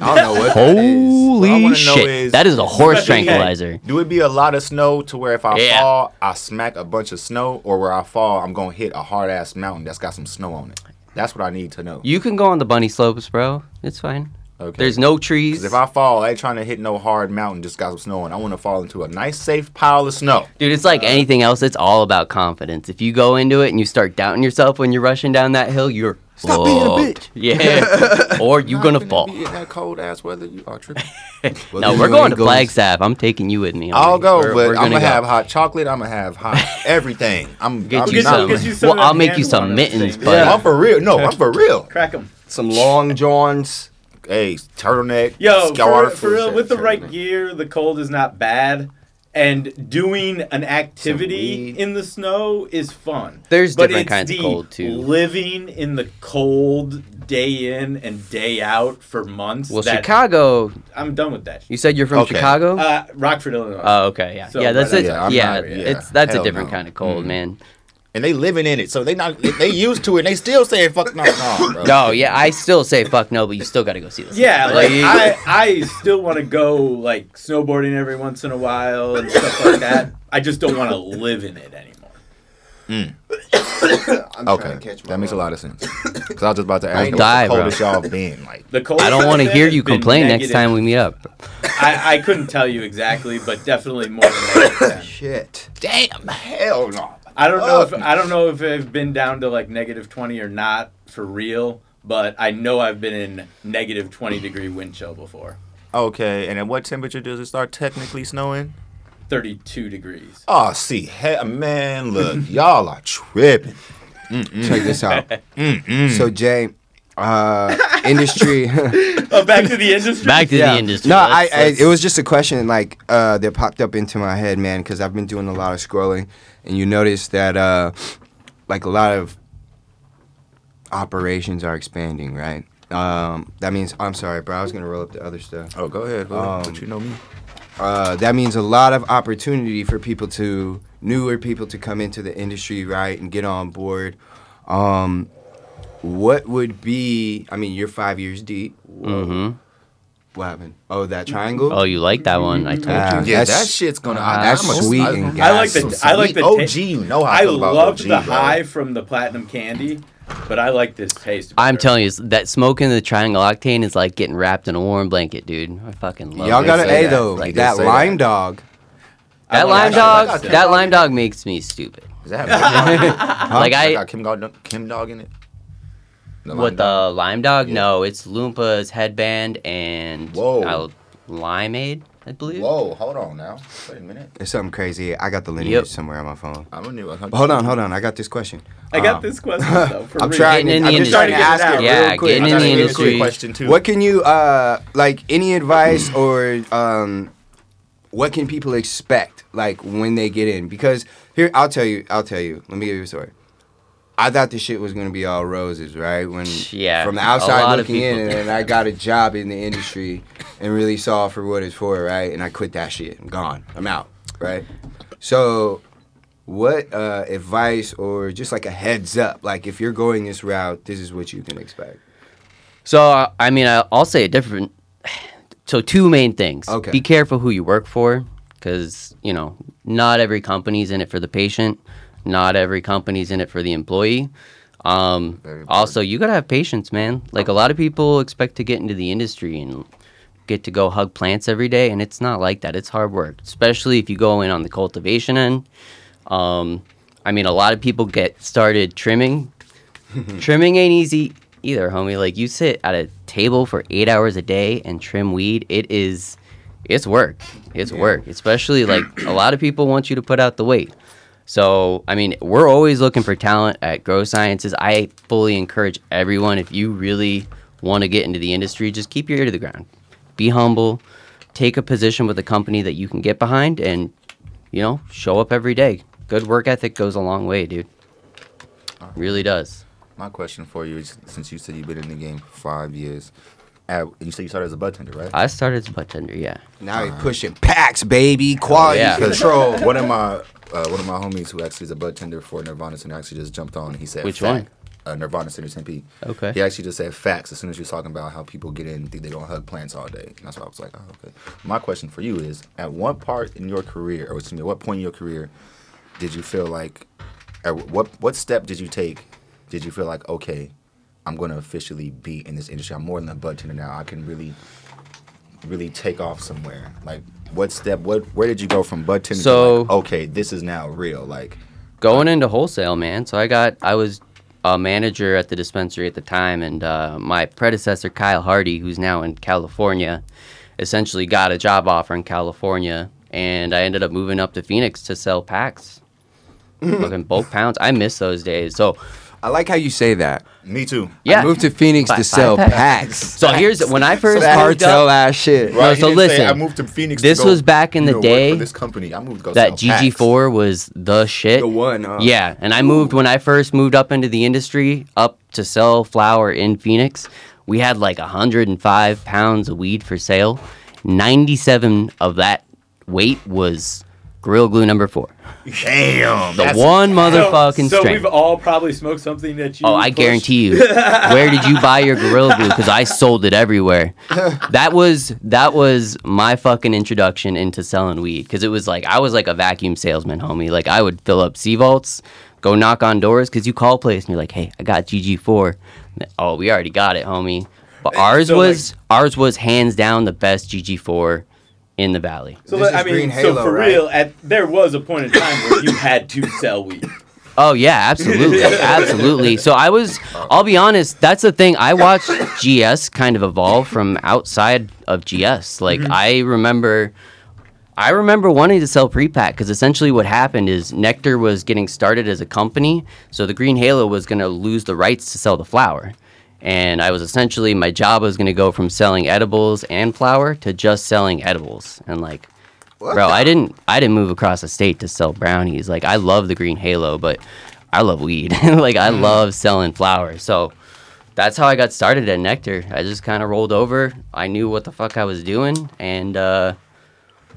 C: I don't know what. that is.
D: Holy
F: What I wanna know
D: shit!
F: is-
D: That is a horse
E: Especially-
D: tranquilizer.
F: Do it be a lot of snow to where if I
D: Yeah.
F: fall, I smack a bunch of snow, or where I fall, I'm gonna hit a hard ass mountain that's got some snow on it? That's what I need to know.
D: You can go on the bunny slopes, bro. It's fine.
F: Okay.
D: There's no
F: 'Cause
D: trees,
F: if I fall, I ain't trying to hit no hard mountain, just got some snow on. it. I want to fall into a nice, safe pile of snow.
D: dude. It's like anything else. It's all about confidence. If you go into it and you start doubting yourself when you're rushing down that hill, you're
F: Stop being a
D: fucked. Yeah, or you're gonna fall.
F: in that cold ass weather. You are tripping.
C: Well,
D: No,
C: then
D: we're
C: you
D: going
C: ain't
D: to Flagstaff. I'm taking you with me.
F: I'll
D: alright?
F: go,
D: We're-
F: but
D: we're
F: I'm gonna
D: go.
F: have hot chocolate. I'm gonna have hot everything. I'm
D: Get
F: I'm
D: you
F: not-
D: some.
E: Get you some
D: well, I'll make
E: hand
D: you some
E: water.
D: mittens,
E: Yeah.
D: but
F: I'm for real. No, I'm for real.
E: Crack them.
C: Some long johns.
F: Hey, turtleneck.
E: Yo, for,
F: scour-
E: for real, with the right
F: turtleneck.
E: gear, the cold is not bad. And doing an activity
F: weed.
E: in the snow is fun.
D: There's
E: But
D: different
E: it's
D: kinds of
E: the
D: cold, too.
E: Living in the cold day in and day out for months.
D: well,
E: that-
D: Chicago.
E: I'm done with that.
D: You said you're from
F: Okay.
D: Chicago. Oh,
E: Uh, Rockford, Illinois.
D: okay, yeah,
E: so
D: yeah. That's
E: right,
D: it.
F: yeah,
D: Yeah,
F: I'm not- yeah,
D: it's that's a
F: hell
D: different
F: no.
D: kind of cold, man.
F: and they living in it, so they not they used to it. and They still saying fuck no, no, bro.
D: No, yeah, I still say fuck no, but you still got to go see this.
E: Yeah, like I, I still want to go like snowboarding every once in a while and stuff like that. I just don't want to live in it anymore.
C: I'm
F: Okay,
C: trying to catch my
F: that makes a
C: breath.
F: lot of sense. Cause I was just about to ask,
D: Don't
F: what's
D: die,
F: the
D: bro.
F: coldest y'all been? Like,
E: The cold.
D: I don't want to hear you complain next time
E: We-
D: we meet up.
E: I, I couldn't tell you exactly, but definitely more than that.
C: Mm-hmm. Shit.
F: damn, hell no.
E: I don't know if I don't know if I've been down to like negative twenty or not for real, but I know I've been in negative twenty degree wind chill before,
F: Okay, and at what temperature does it start technically snowing?
E: thirty two degrees.
F: Oh, see, hell, man, look, y'all are tripping.
C: Check this out. So Jay, uh, industry.
E: Oh, back to the industry.
D: Back to
C: Yeah.
D: the industry.
C: No,
D: Let's-
C: I, I
D: let's-
C: it was just a question like uh, that popped up into my head, man, because I've been doing a lot of scrolling, and you notice that uh, like a lot of operations are expanding, right? Um, that means I'm sorry, bro. I was gonna roll up the other stuff.
F: Oh, go ahead, go ahead. but you know me.
C: Uh, that means a lot of opportunity for people to newer people to come into the industry, right, and get on board. Um, what would be? I mean, you're five years deep.
D: Mhm.
C: What happened? Oh, that triangle.
D: Oh, you like that one? I told
C: Ah.
D: you.
F: Yeah,
C: That's-
F: that shit's gonna. I,
C: that's
F: I'm a-
C: sweet
F: I-
C: and
E: I like the-
F: some
E: I like
F: sweet
E: the ta-
F: OG. You know how I,
E: I
F: feel about
E: loved
F: OG,
E: the
F: bro.
E: high from the platinum candy, but I like this taste.
D: I'm
E: better.
D: telling you, that smoking the triangle octane is like getting wrapped in a warm blanket, dude. I fucking love
C: Y'all
D: it.
C: gotta,
F: say
C: hey
F: that.
C: though,
F: Like,
C: that
F: they say
C: lime
F: that.
C: dog.
E: I
D: That
E: wanna
D: lime
E: actually like
D: dog,
E: that.
D: that lime dog makes me stupid.
F: Is that Kim Dog?
D: Like
F: That
D: I,
F: got Kim Dog, Kim Dog in it? The
D: what
F: lime dog?
D: the lime dog?
F: Yeah.
D: No, it's Loompa's headband and
F: Whoa.
D: I'll- limeade. I believe.
F: Whoa, hold on now. Wait a minute.
C: There's something crazy. I got the lineage
D: Yep.
C: somewhere on my phone.
F: I'm a new.
C: But hold on, hold on. I got this question.
E: I got
C: Um,
E: this question though. For
C: I'm
E: real.
C: trying.
D: Getting
C: To,
D: in the
C: I'm just trying to
E: industry.
C: ask it
E: Yeah,
C: real quick.
D: getting
C: I'm
D: in
C: trying
D: the
C: to figure
D: industry.
C: it out.
F: Question two.
C: What can you uh like any advice or um what can people expect like when they get in? Because here I'll tell you, I'll tell you. Let me give you a story. I thought this shit was gonna be all roses, right? When
D: Yeah,
C: from the
D: a
C: outside
D: lot of
C: looking in,
D: people
C: and
D: did.
C: then I got a job in the industry and really saw for what it's for, right? And I quit that shit. I'm gone. I'm out, right? So what uh, advice or just like a heads up like if you're going this route this is what you can expect
D: So I- I mean, I- I'll say it different. So two main things.
C: Okay.
D: Be careful who you work for, because you know not every company's in it for the patient, not every company's in it for the employee. Um,
F: Very important.
D: also, you gotta have patience, man. Like a lot of people expect to get into the industry and get to go hug plants every day, and it's not like that. It's hard work, especially if you go in on the cultivation end. Um, I mean, a lot of people get started trimming. trimming ain't easy either, homie. Like you sit at a table for eight hours a day and trim weed. It is, it's work. It's work. Especially like a lot of people want you to put out the weight. So I mean, we're always looking for talent at Grow Sciences. I fully encourage everyone if you really want to get into the industry, just keep your ear to the ground. Be humble. Take a position with a company that you can get behind and you know, show up every day. Good work ethic goes a long way, dude. Really does.
F: My question for you is, since you said you've been in the game for five years, at, and you said you started as a bartender, right?
D: I started as a bartender, yeah.
C: Now you're pushing packs, baby. Quality
D: yeah.
C: control.
F: One of my uh, one of my homies who actually is a bartender for Nirvana Center actually just jumped on. He said,
D: Which
F: "Fact."
D: one?
F: Uh, Nirvana Center Tempe.
D: Okay.
F: He actually just said facts as soon as you was talking about how people get in, think they don't hug plants all day. And that's why I was like, oh, okay. My question for you is, at what part in your career, or excuse me, what point in your career did you feel like, or what what step did you take? Did you feel like, okay, I'm going to officially be in this industry. I'm more than a bartender now. I can really really take off somewhere? Like, what step? What? Where did you go from bud tender?
D: So-
F: to like, okay, this is now real. Like,
D: Going into wholesale, man. So I got, I was a manager at the dispensary at the time, and uh, my predecessor, Kyle Hardy, who's now in California, essentially got a job offer in California, and I ended up moving up to Phoenix to sell packs. Fucking bulk pounds. I miss those days. So,
C: I like how you say that.
F: me too.
D: yeah.
C: I moved to Phoenix to
D: Five-
C: sell
D: five
C: packs.
D: so here's when I first
C: that
D: moved up-
C: cartel ass shit.
D: Right. so
F: he didn't say,
D: listen,
F: I moved to Phoenix. to
D: this
F: go,
D: was back in
F: you
D: the
F: know, work
D: day
F: for this company. I moved to go
D: that
F: sell packs.
D: GG4 was the uh, shit.
C: The one,
E: Oh.
C: huh?
D: Yeah, and I moved when I first moved up into the industry up to sell flour in Phoenix. We had like 105 pounds of weed for sale. 97 of that weight was Gorilla Glue number four.
F: Damn.
D: The
F: that's-
D: one
E: So-
D: motherfucking
E: so,
D: string.
E: we've all probably smoked something that you.
D: Oh, I
E: pushed.
D: guarantee you. Where did you buy your Gorilla Glue? Because I sold it everywhere. That was that was my fucking introduction into selling weed. Because it was like I was like a vacuum salesman, homie. Like I would fill up sea vaults, go knock on doors. Because you call a place and you're like, hey, I got GG four. Oh, we already got it, homie. But ours
E: So, like-
D: was ours was hands down the best GG four in the valley.
E: So
C: This
E: let- I
C: is
E: mean,
C: Green
E: so
C: Halo,
E: for
C: right?
E: real, at there was a point in time where you had to sell weed.
D: Oh yeah, absolutely, absolutely. So I was, I'll be honest. That's the thing. I watched GS kind of evolve from outside of GS. Like I remember, I remember wanting to sell pre-pack because essentially what happened is Nectar was getting started as a company, so the Green Halo was going to lose the rights to sell the flower, and I was essentially my job was going to go from selling edibles and flower to just selling edibles and like bro i didn't i didn't move across the state to sell brownies like i love the green halo but i love weed like i
F: Mm-hmm.
D: love selling flour so that's how i got started at nectar i just kind of rolled over i knew what the fuck i was doing and uh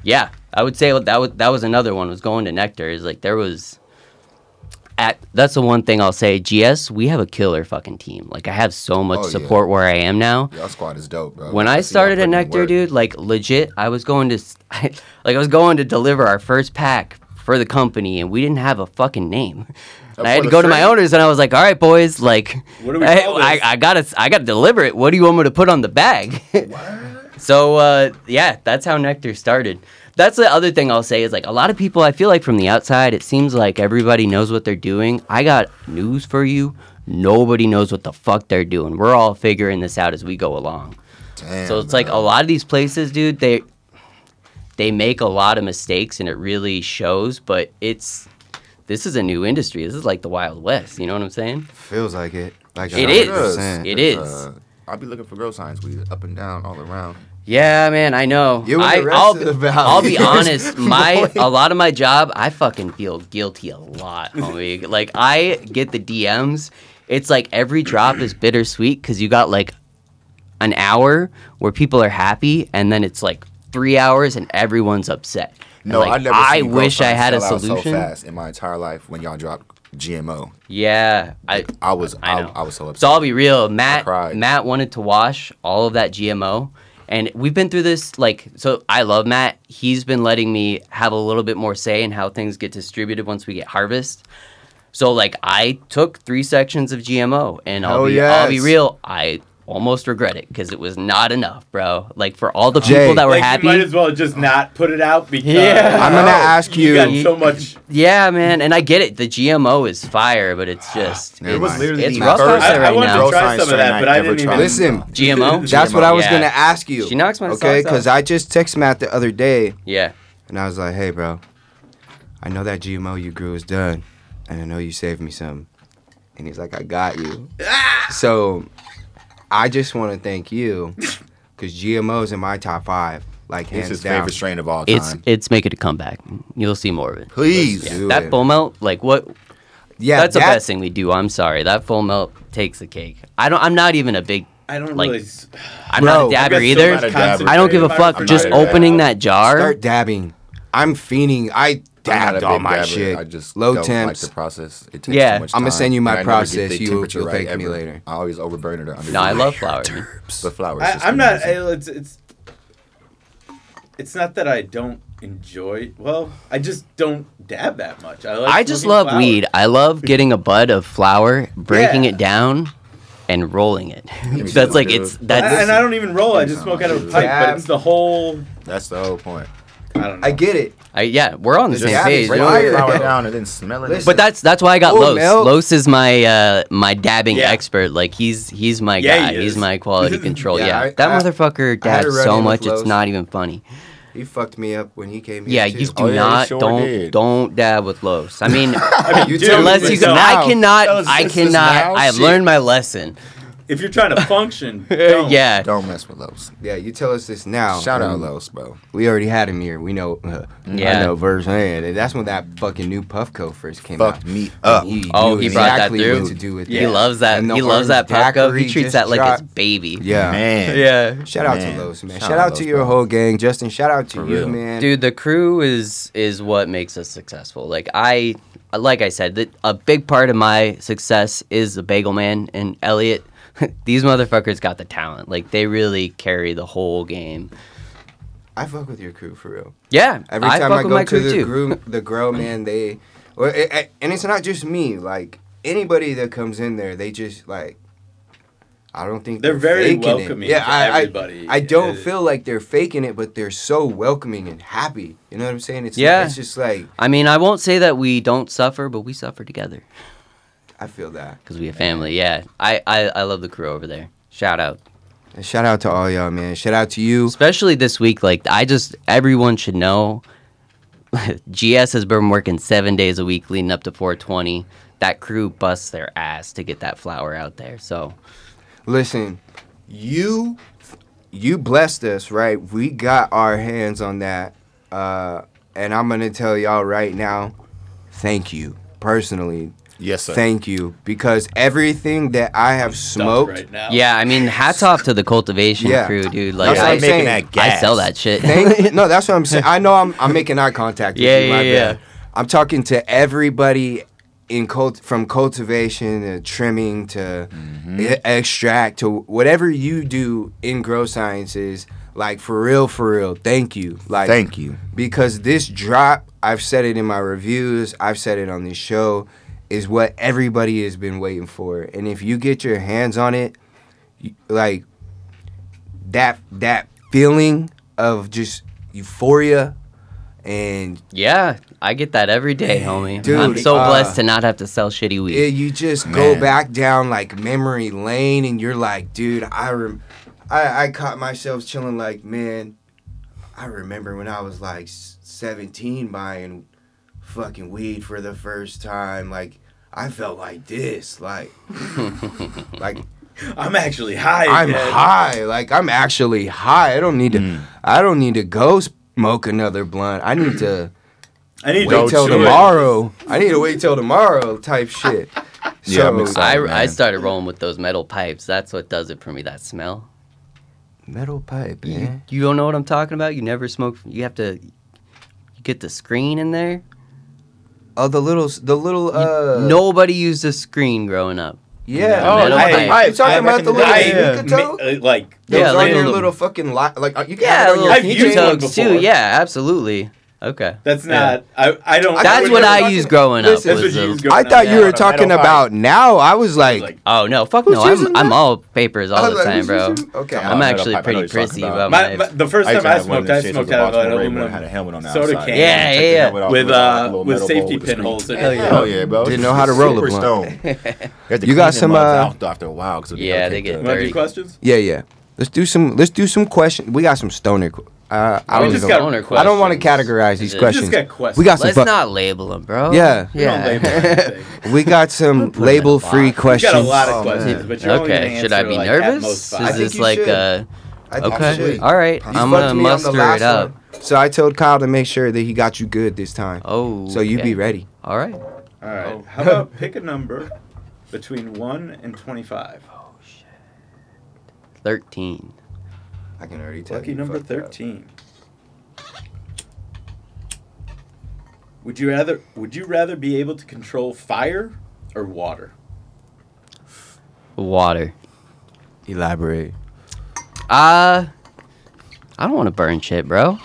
D: yeah i would say that was that was another one was going to nectar is like there was at that's the one thing i'll say gs we have a killer fucking team like i have so much
F: Oh, yeah.
D: support where i am now
F: Y'all squad is dope, bro.
D: when
F: see
D: I
F: y'all
D: started at
F: putting in
D: Nectar,
F: work.
D: dude, like legit, I was going to, s- like I was going to deliver our first pack for the company, and we didn't have a fucking name. And I had
F: for
D: to
F: the
D: go to my
F: trade?
D: owners, and I was like, "All right, boys, like,
E: What do we
D: I,
E: call
D: I,
E: this?"
D: I gotta, s- I gotta deliver it. What do you want me to put on the bag?" so uh, yeah, that's how Nectar started. That's the other thing I'll say is like a lot of people. I feel like from the outside, it seems like everybody knows what they're doing. I got news for you. Nobody knows what the fuck they're doing. We're all figuring this out as we go along.
F: Damn,
D: So it's like oh, a
F: bro.
D: lot of these places, dude. They they make a lot of mistakes and it really shows, but it's this is a new industry. This is like the Wild West, you know what I'm saying?
C: Feels like it. Like
D: It
F: It
D: is.
C: 100%.
D: It is.
F: I'll be looking for grow signs. We up and down, all around.
D: Yeah, man, I know.
C: You and
D: I,
C: the rest
D: I'll,
C: of
D: be-
C: the valley.
D: I'll be honest. My a lot of my job, I fucking feel guilty a lot, homie. like I get the DMs. It's like every drop is bittersweet because you got like an hour where people are happy, and then it's like three hours and everyone's upset. And,
F: No,
D: like,
F: I never.
D: I
F: seen grow
D: wish I
F: signs
D: had a
F: sell out So
D: solution.
F: fast in my entire life when y'all dropped GMO,
D: yeah, I
F: I was I,
D: I
F: I,
D: know.
F: was so upset.
D: So I'll be real. Matt
F: cried.
D: Matt wanted to wash all of that GMO. And we've been through this like so I love Matt. He's been letting me have a little bit more say in how things get distributed once we get harvest. So like I took 3 sections of GMO and I'll
C: Hell
D: be I'll be
C: yes.
D: real. I almost regret it cuz it was not enough, bro. Like for all the
C: Jay.
D: people that were
E: Like,
D: happy.
E: you might as well just not put it out because Oh,
D: Yeah.
C: I'm gonna ask
E: you
C: you.
E: got so much.
D: yeah, man, and I get it. The GMO is fire, but it's just
F: Never
D: it's,
F: mind.
D: literally it's
F: my
D: rough
F: first-
D: out
E: I-
D: there
E: I
D: right
E: wanted to
D: now.
F: Grow
E: try
F: signs
E: some of
F: strain
E: that, but I
F: ever
E: didn't
F: tried.
E: even-
C: Listen,
D: GMO?
C: that's what I was
D: Yeah.
C: gonna ask you.
D: She knocks my
C: Okay,
D: socks off.
C: because I just texted Matt the other day,
D: Yeah.
C: and I was like, "Hey, bro, I know that GMO you grew is done, and I know you saved me some." And he's like, "I got you." so, I just want to thank you, because GMO's in my top five, like
F: It's
C: hands
F: his
C: down.
F: favorite strain of all time.
D: It's it's making a comeback. You'll see more of it.
F: Please.
C: Yeah. Do
D: that
C: it.
D: full melt, like what?
C: Yeah,
D: that's the best thing we do. I'm sorry, that full melt takes the cake. I don't. I'm not even a big.
E: I don't
D: Like,
E: really. s-
D: I'm
C: Bro,
D: not a dabber
E: I'm so
D: either.
E: much
F: dabber.
D: I don't give a
E: concentrated
D: fuck.
E: about
D: Just
E: it.
F: not a
D: open that jar.
C: Start dabbing. I'm fiending. I
F: I'm not
C: dabbed
F: a
C: all
F: big
C: my
F: dabber.
C: shit.
F: I just
C: low
F: don't
C: temps.
F: Like the process. It takes
D: Yeah.
F: too much
C: I'ma
F: time,
C: send you my
F: and I never get
C: process.
F: the
C: You-
F: temperature
C: you'll thank me
F: ever.
C: later.
F: I always overburn it or underburn
D: no, I
F: it.
D: love flour. man.
F: But flowers.
E: I, I'm not. I, it's, it's it's not that I don't enjoy. Well, I just don't dab that much. I, like
D: I just
E: smoking
D: love
E: flower.
D: weed. I love getting a bud of flour, breaking
E: Yeah.
D: it down, and rolling it.
F: me some,
D: that's like
F: dude.
D: it's
E: I-
D: that's.
E: and I don't even roll. I just smoke out of a pipe. But it's the whole.
F: That's the whole point.
E: I don't know.
C: I get it.
D: I, yeah, we're on the
F: Just
D: same
C: have it
D: page.
C: right
D: We're-
F: break
C: on
F: the
C: Fire.
F: flower down and then smell it.
C: Listen.
D: But that's that's why I got
C: Or
D: Los.
C: milk.
D: Los is my uh, my dabbing
E: Yeah.
D: expert. Like he's he's my
E: Yeah,
D: guy.
E: he is.
D: he's my quality control.
C: Yeah,
D: yeah,
C: I-
D: that
C: I-
D: motherfucker
C: I had a
D: dabs
C: run-in
D: so
C: with
D: much it's
C: Los.
D: not even funny.
C: He fucked me up when he came here.
D: Yeah,
C: too.
D: you do
F: Oh, yeah, he
D: not
F: sure
D: don't
F: did.
D: don't dab with Los. I mean,
E: I mean,
C: You
E: dude,
C: tell me
D: unless you
C: this
E: so
D: can,
C: now.
D: I cannot
F: That was-
D: I
F: this is now?
D: cannot I have
F: Shit.
D: learned my lesson.
E: if you're trying to function, don't.
D: yeah,
F: Don't mess with Los.
C: Yeah, you tell us this now.
F: Shout out
C: Um,
F: Los, bro.
C: We already had him here. We know. Uh, yeah. I
D: Yeah.
C: know firsthand. And that's when that fucking new Puffco first came
F: Fuck
C: out.
F: me up.
C: He
D: Oh,
C: knew
D: he brought that
C: exactly
D: through.
C: What to do with
D: he
C: that.
D: loves that.
C: And the
D: He loves that
C: orange
D: Paco. He
C: daiquiri
D: treats
C: just
D: that like
C: dropped-
D: his baby.
C: Yeah.
F: Man.
D: yeah.
C: Shout out
F: Man.
C: to Los, man.
F: Shout
C: Shout,
F: out
C: out
F: Los,
C: to your
F: bro.
C: whole gang, Justin. Shout out to
F: For
C: you,
F: real.
C: man.
D: dude the crew is is what makes us successful like i like i said that a big part of my success is the bagel man and elliot these motherfuckers got the talent like they really carry the whole game
C: I fuck with your crew for real.
D: yeah
C: Every
D: i
C: time
D: fuck
C: I,
D: with my
C: go to
D: crew
C: the
D: too
C: groom, the grow, man, they, well, it, it- and it's not just me. Like anybody that comes in there, they just like. I don't think
E: They're very
C: faking it.
E: welcoming
C: Yeah,
E: to
C: I, I-
E: everybody.
C: I, don't
E: Uh,
C: feel like they're faking it, but they're so welcoming and happy. You know what I'm saying? It's
D: Yeah.
C: It's just like
D: i mean i won't say that we don't suffer but we suffer together
C: I feel that.
D: because we a family yeah I, I i love the crew over there shout out
C: And shout out to all y'all, man. Shout out to you.
D: especially this week like i just everyone should know gs has been working seven days a week leading up to 420 that crew busts their ass to get that flower out there so
C: Listen, you you blessed us, right? We got our hands on that. Uh and I'm gonna tell y'all right now, thank you. Personally.
F: Yes, sir.
C: Thank you. Because everything that I have
E: Dump
C: smoked
E: right now.
D: yeah i mean hats off to the cultivation
C: Yeah.
D: crew dude like
C: That's what
D: I,
C: I'm saying.
D: I sell that shit
C: Thank, no, that's what I'm saying. I know I'm, I'm making eye contact with
D: Yeah,
C: you. my
D: yeah, yeah.
C: bad. I'm talking to everybody in cult from cultivation to trimming to
D: Mm-hmm.
C: e- extract to whatever you do in grow sciences. Like for real, for real. Thank you. Like
F: Thank you.
C: because this drop, I've said it in my reviews, I've said it on this show, is what everybody has been waiting for. And if you get your hands on it, you- like that that feeling of just euphoria and
D: yeah i get that every day homie
C: Dude,
D: i'm so
C: uh,
D: blessed to not have to sell shitty weed
C: it, you just go
F: Man.
C: back down like memory lane and you're like, dude, I rem- I, I caught myself chilling like, man, I remember when I was like s- 17 buying fucking weed for the first time. Like, I felt like this. Like, like
E: I'm actually high.
C: I'm
E: again.
C: high. Like, I'm actually high. I don't need to.
F: Mm.
C: I don't need to go smoke another blunt. I need to
E: I need
C: wait
E: to
C: till
E: do it.
C: tomorrow. I need to wait till tomorrow. Type shit.
F: Yeah, I'm
C: So-
F: excited.
D: I,
F: Oh,
D: I
F: man.
D: started rolling with those metal pipes. That's what does it for me. That smell.
C: Metal pipe.
D: You-
C: Yeah.
D: You, don't know what I'm talking about. You never smoke. You have to. You get the screen in there.
C: Oh, the little, s- the little. Uh,
D: Nobody used a screen growing up.
C: Yeah.
D: Oh, metal
E: I-
D: pipe.
E: I-
C: You talking
E: I
C: about the
E: reckon
C: little
E: I-
C: sneaker toe?
E: ma- uh, Like
C: Those
D: Yeah,
C: yeah,
D: like
C: on your
D: little-
C: little fucking li- like uh, you can
D: Yeah,
C: have it on
D: little
C: your
E: I've
D: future
E: used one
D: tugs
E: before.
D: too. Yeah, absolutely. Okay.
E: that's
D: Yeah.
E: not. I I don't.
C: I
D: That's
C: thought
D: what
C: you were
D: I
C: talking-
D: used growing up.
C: Listen,
E: That's what
D: Was
E: you
D: the,
E: was
C: I
E: going
C: thought
E: on
C: you
E: now.
C: were talking
F: metal pipe.
C: about now. I was like,
E: Like,
D: oh no, fuck
C: Who's
D: no! I'm
C: using
D: I'm
C: that?
D: all papers all
C: I
D: the
C: was like,
D: time,
C: who's
D: bro.
C: using- Okay,
F: Come
C: I-
D: I'm
F: on,
D: actually
F: metal pipe. I know
D: pretty
F: what you're
D: prissy
F: talking
D: about
F: about.
D: my.
E: my, my, the first time
F: used to
E: I
F: have one of
E: smoked,
F: them
E: I
F: shits
E: smoked
F: with a
E: out of
F: box
E: an
F: of Ray Ban, had a
E: aluminum
F: helmet on the
E: soda
F: outside.
E: can.
D: Yeah,
F: Take the
D: yeah,
F: helmet off
E: With,
F: it was like a
E: uh,
F: little
E: with
F: metal
E: safety
F: bowl with a screen.
E: pinholes in it.
D: Hell yeah.
F: Hell yeah, bro.
C: Didn't know how to roll a
F: Super
C: blunt.
F: stone. had to
C: You got
F: clean
C: some,
F: them
C: uh,
F: out after a while because
D: Yeah, they get
E: Want to
D: Dirty.
E: do questions?
C: yeah, yeah. Let's do some. Let's do some questions. We got some stoner. qu- Uh, I
E: We
C: don't.
E: just
C: even-
E: got-
C: I don't want to categorize these
D: Just
C: questions.
E: got questions.
C: We got some.
D: Let's
C: fu-
D: not label them, bro.
C: Yeah.
E: We don't label
D: Yeah.
E: anything.
C: we got some
D: put 'em in a
C: label-free
D: box.
E: We
C: questions.
E: got a lot of
C: Oh,
E: questions,
C: man.
E: but you're only gonna
D: okay. Should I
E: answer,
D: be
E: like, at
D: nervous?
E: most
D: Is
E: five.
D: this
C: you
D: like
C: should.
D: uh
C: Oh, I think you
D: okay?
C: should.
D: All right.
C: You
D: I'm
C: fucked
D: gonna
C: me on the
D: muster
C: last
D: it up.
C: one. So I told Kyle to make sure that he got you good this time.
D: Oh.
C: So you be
D: okay.
C: ready.
D: All right.
E: All right. How about pick a number between one and twenty-five?
D: Thirteen.
C: I can already tell.
E: Lucky
C: you
E: number
C: fucked up.
E: thirteen. Would you rather Would you rather be able to control fire or water?
D: Water.
C: Elaborate.
D: Uh, I don't want to burn shit, bro.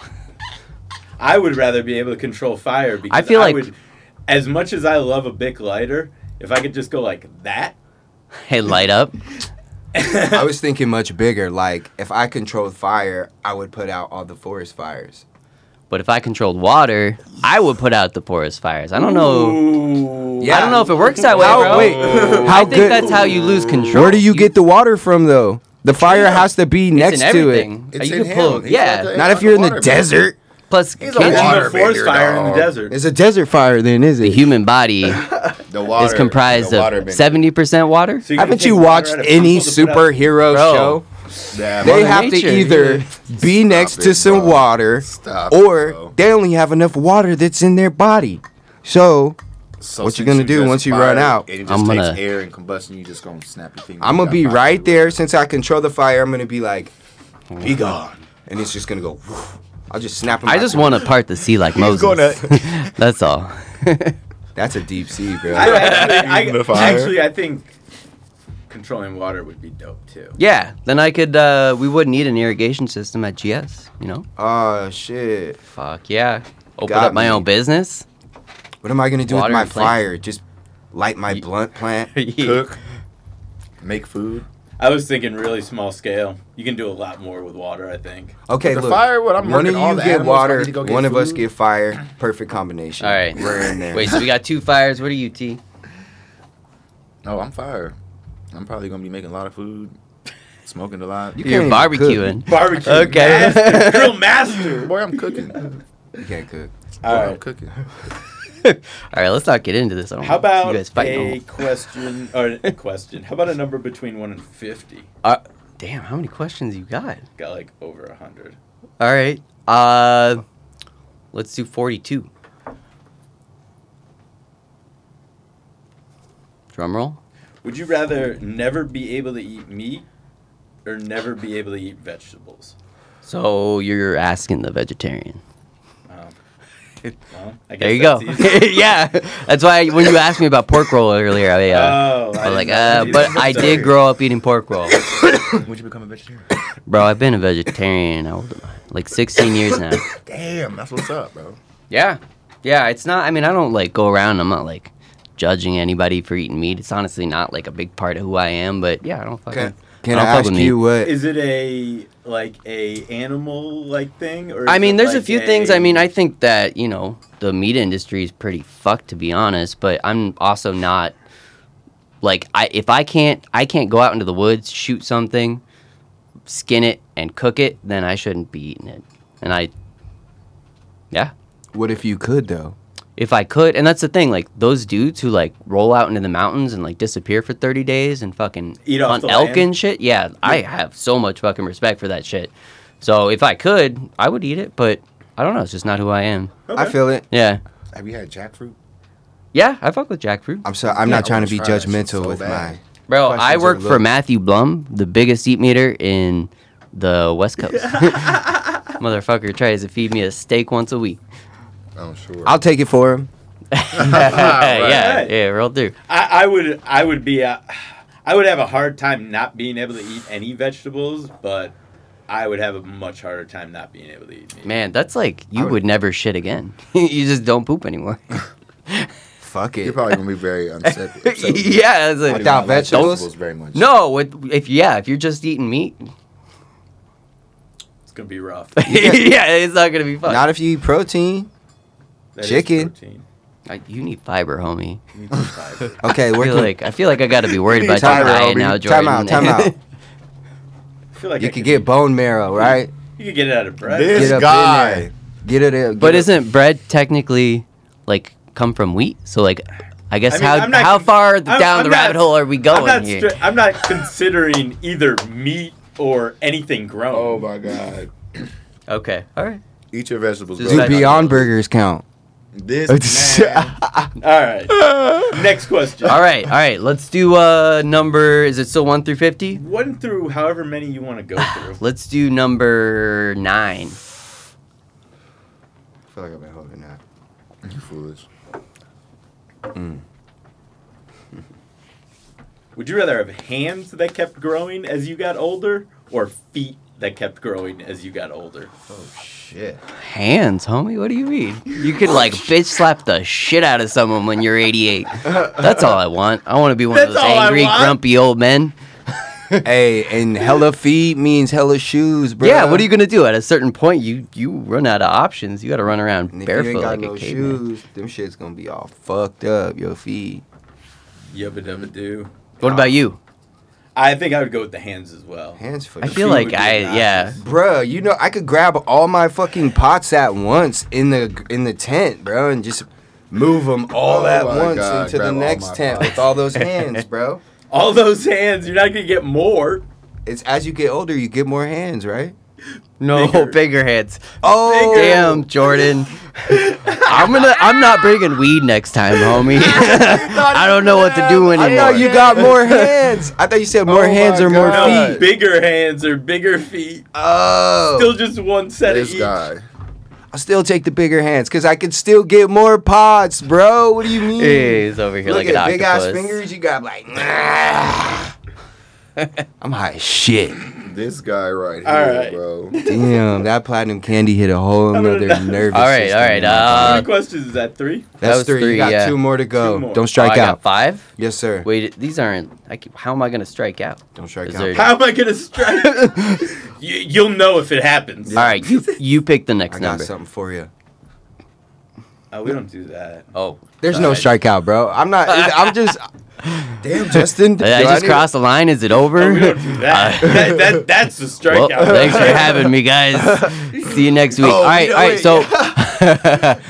E: I would rather be able to control fire because I
D: feel like-
E: would, as much as I love a Bic lighter, if I could just go like that,
D: Hey, light up.
C: I was thinking much bigger. Like, if I controlled fire, I would put out all the forest fires.
D: But if I controlled water, I would put out the porous fires. I don't know.
E: Ooh.
C: Yeah.
D: I don't know if it works that way,
C: How-
D: bro.
C: wait,
D: I
C: how
D: think
C: good-
D: that's how you lose control.
C: Where do you get the water from, though? The fire has to be next
D: it's in
C: to it.
D: everything.
F: It's
D: you
F: in
D: can
F: him.
D: pull.
F: He's
D: yeah.
F: got the-
C: Not if you're in the desert.
D: Plus,
F: He's a
D: can't you-
E: It's
F: water
E: a forest
F: bender,
E: fire in
F: dog.
E: the desert.
C: It's a desert fire, then, is
D: the
C: it?
D: human body
F: The water
D: is comprised
F: the water
D: of
F: bender.
D: seventy percent water.
E: So you're gonna
C: Haven't
E: take
C: you
E: water
C: watched
E: out of
C: any
E: people to put out-
C: superhero
D: Bro.
C: show?
F: Nah,
C: They
F: Mother
C: have
D: Nature,
C: to either
D: yeah.
C: be next
F: it,
C: to some
F: bro.
C: water,
F: Stop it,
C: or
F: bro.
C: they only have enough water that's in their body. So
F: So
C: What you
F: since
C: gonna do
F: just
C: once you run
F: fired
C: out?
F: And it just
D: I'm
F: takes
D: gonna-
F: air and combustion. You just gonna snap your fingers.
C: I'm
F: You
C: gonna
F: got
C: be
F: fire.
C: right there since I control the fire. I'm gonna be like, be gone, and it's just gonna go. woof. I'll just snap. 'em
D: I
C: back
D: just
C: to-
D: want to part the sea like Moses.
F: gonna-
D: That's all.
C: That's a deep sea, bro.
E: I actually,
F: The
E: I,
F: fire.
E: actually, I think controlling water would be dope too.
D: Yeah. Then I could. Uh, we wouldn't need an irrigation system at GS. You know.
C: oh shit!
D: Fuck yeah. Open
C: Got
D: up my
C: me.
D: own business.
C: What am I gonna do
D: Water
C: with my
D: and plants.
C: fire? Just light my blunt plant.
F: Cook, make food.
E: I was thinking really small scale. You can do a lot more with water, I think.
C: Okay,
F: The
C: look.
F: fire, what, I'm
C: one of
F: working all
C: you
F: the
C: get
F: animals, I
C: water,
F: need to go get
C: one of us
F: food?
C: get fire. Perfect combination.
D: All right.
C: we're in there.
D: Wait, so we got two fires. What are you, T?
F: No, I'm fired. I'm probably gonna be making a lot of food, smoking a lot.
C: You
D: You're
C: can't
D: barbecuing.
E: Barbecue.
D: Okay.
E: Master, grill master.
F: Boy, I'm cooking. Boy,
C: cook. You can't cook.
E: All
F: I'm
E: right.
F: cooking.
D: All right, let's not get into this. I don't
E: How
D: want
E: about
D: you guys fighting?
E: a question or a question? How about a number between one and fifty?
D: Uh, damn, how many questions you got?
E: Got like over a hundred.
D: All right. Uh, let's do 42. Drum roll.
E: Would you rather never be able to eat meat or never be able to eat vegetables?
D: So you're asking the vegetarian.
E: Um, well, I guess
D: There you go.
E: that's easy.
D: yeah, that's why when you asked me about pork roll earlier, I, uh,
E: Oh,
D: I was like,
E: didn't
D: uh,
E: know
D: but
E: that.
D: I did grow up eating pork roll,
F: Would you become a vegetarian?
D: bro. I've been a vegetarian how old am I? like 16 years now.
F: Damn, that's what's up, bro.
D: Yeah. Yeah, it's not I mean, I don't like go around, I'm not like judging anybody for eating meat. It's honestly not like a big part of who I am, but yeah, I don't fucking
C: Can, can
D: I
C: I
D: don't fuck
C: ask
D: with meat.
C: you what?
E: Is it a like a animal like thing? Or
D: I
E: is
D: mean,
E: it
D: there's a
E: like
D: few things. I mean, I think that, you know, the meat industry is pretty fucked to be honest, but I'm also not like I if I can't I can't go out into the woods, shoot something, skin it and cook it, then I shouldn't be eating it. And I Yeah.
C: What if you could though?
D: if I could, and that's the thing, like those dudes who like roll out into the mountains and like disappear for thirty days and fucking
E: Eat off
D: hunt
E: the
D: elk
E: land.
D: and shit. Yeah, I have so much fucking respect for that shit. So if I could, I would eat it, but I don't know. It's just not who I am.
C: I feel it.
D: Yeah,
F: Have you had jackfruit?
D: yeah, I fuck with jackfruit,
C: I'm sorry. I'm
F: Yeah,
C: not
F: I
C: trying
F: wanna
C: to be
F: try that shit
C: judgmental
F: so
C: with
F: bad.
C: my.
D: bro.
C: Questions
D: I
C: are
D: work for
C: loaded.
D: Matthew Blum, the biggest eat meter in the West Coast. Motherfucker tries to feed me a steak once a week.
F: I'm Oh, sure.
C: I'll take it for him.
D: yeah,
E: Ah, Right.
D: yeah, roll through.
E: I, I would I would be uh, I would have a hard time not being able to eat any vegetables, but I would have a much harder time not being able to eat meat.
D: Man, that's like you
F: would-
D: would never shit again. you just don't poop anymore.
C: Fuck
F: You're
C: it.
F: probably gonna be very upset. upset with me.
D: yeah, it's
F: I
D: like,
F: do
C: Without
F: not like
C: vegetables?
F: very much.
D: no. With, if yeah, if you're just eating meat,
E: It's gonna be rough.
D: yeah, it's not gonna be fun.
C: Not if you eat protein.
E: That is
C: Chicken.
E: protein.
D: Like, you need fiber, homie.
E: You need some fiber.
C: Okay,
D: I
C: we're
D: feel like I feel like I gotta be worried about your
C: Time out,
D: diet now, Jordan.
C: Time out. Time out.
E: I feel like
C: You
E: I
C: could get bone marrow, right?
E: you could get it out of bread.
F: This
C: Get up in
F: guy.
C: Get it. Get
D: but
C: it-
D: isn't bread technically like come from wheat? So like, I guess
E: I mean,
D: how
E: I'm not
D: how
E: con-
D: far down
E: I'm- I'm
D: the
E: not-
D: rabbit hole are we going
E: I'm not,
D: here?
E: stri- I'm not considering either meat or anything grown.
F: Oh my god.
D: okay, all right.
F: Eat your vegetables.
D: Just
F: bro.
C: do Beyond Burgers count?
F: This man.
E: All right. Next question.
D: All right, all right. Let's do uh number. Is it still one through fifty?
E: One through however many you want to go through.
D: Let's do number nine.
C: I feel like I've been holding that.
F: You foolish.
E: Would you rather have hands that kept growing as you got older or feet that kept growing as you got older?
F: Shit.
D: Hands, homie. What do you mean? You could like bitch slap the shit out of someone when you're 88. That's all I want. I want to be one of
E: That's
D: those
E: all I
D: angry,
E: want?
D: grumpy old men.
C: hey, and hella feet means hella shoes, bro.
D: Yeah. What are you gonna do? At a certain point, you you run out of options. You got to run around
C: And if you
D: barefoot
C: ain't got
D: like
C: no
D: a caveman.
C: shoes, them shit's gonna be all fucked up. Your feet.
E: Yubba dubba doo.
D: What about you?
E: I think I would go with the hands as well.
C: Hands for
D: I
C: sure.
D: feel
E: feet
D: like
E: would be
D: I
E: obnoxious.
D: yeah.
C: Bruh, you know I could grab all my fucking pots at once in the in the tent, bro, and just move them all
F: Oh
C: at
F: my
C: once
F: God,
C: into the
F: grab all
C: next
F: my
C: tent
F: pots.
C: with all those hands, bro.
E: All those hands, you're not going to get more.
C: It's as you get older, you get more hands, right?
D: No
E: Bigger.
D: bigger, heads.
C: Oh,
D: Damn, Jordan. I'm gonna. I'm not bringing weed next time, homie. I don't know what to do
C: I
D: anymore.
C: thought you got more hands. I thought you said more
F: Oh
C: hands
F: my
C: or more
F: God.
C: feet.
E: Bigger hands or bigger feet.
C: Oh,
E: Still just one set
F: This
E: of each.
F: guy.
C: I'll still take the bigger hands because I can still get more pots, bro. What do you mean?
D: He's over here
C: Look
D: like an
C: at big ass
D: octopus.
C: fingers you got. Like, I'm high as shit.
F: This guy right here,
E: All right.
F: bro.
C: Damn, that platinum candy hit a whole
E: gonna
C: another
E: die.
C: nervous.
D: All right,
C: system
D: all right,
C: in my body.
E: How
D: uh,
E: many questions is that? Three?
D: that
C: that's
D: was
C: three.
D: three,
C: You got
D: yeah.
C: two more to go.
E: Two more.
C: Don't
D: Oh,
C: strike
D: I
C: out.
D: got five.
C: Yes, sir.
D: Wait, these aren't. I keep, how am I gonna strike out?
C: Don't strike
D: Is
C: out.
D: there-
E: How am I going to strike? you, you'll know if it happens.
D: All right, you you pick the next
C: I got
D: number.
C: something for you.
E: Oh, we don't do that.
D: Oh,
C: There's no strikeout, bro. I'm not. I'm just. Damn, Justin.
D: did I
C: do
D: just
C: need-
D: crossed the line. Is it
E: Oh, we
D: over?
E: don't do that. that, that that's the
D: Well,
E: strikeout.
D: thanks for having me, guys. See you next week.
C: Oh,
D: all right,
C: you
D: all
C: know
D: right.
C: it,
D: So,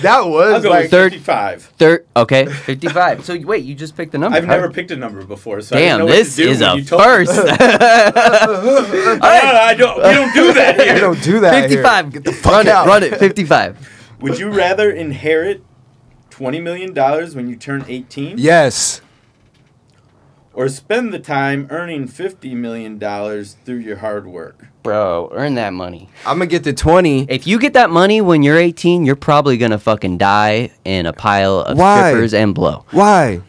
C: That
E: I'll
C: was
E: go
C: like.
E: with
D: third-
E: 55.
D: thir- okay, fifty-five. So wait, you just picked the number.
E: I've
D: huh?
E: never picked a number before, so I
D: Damn,
E: don't know
D: this
E: what to do
D: is
E: when
D: a
E: you told me.
D: first.
E: No, I don't. We don't do that
C: We
E: here.
C: don't do that. here.
D: fifty-five. Get the
C: fuck
D: run
C: out.
D: it, run it. Fifty-five.
E: Would you rather inherit twenty million dollars when you turn eighteen,
C: Yes.
E: or spend the time earning fifty million dollars through your hard work?
D: Bro, earn that money.
C: I'm gonna get the 20.
D: If you get that money when you're 18, you're probably gonna fucking die in a pile of
C: Why?
D: strippers and blow.
C: Why?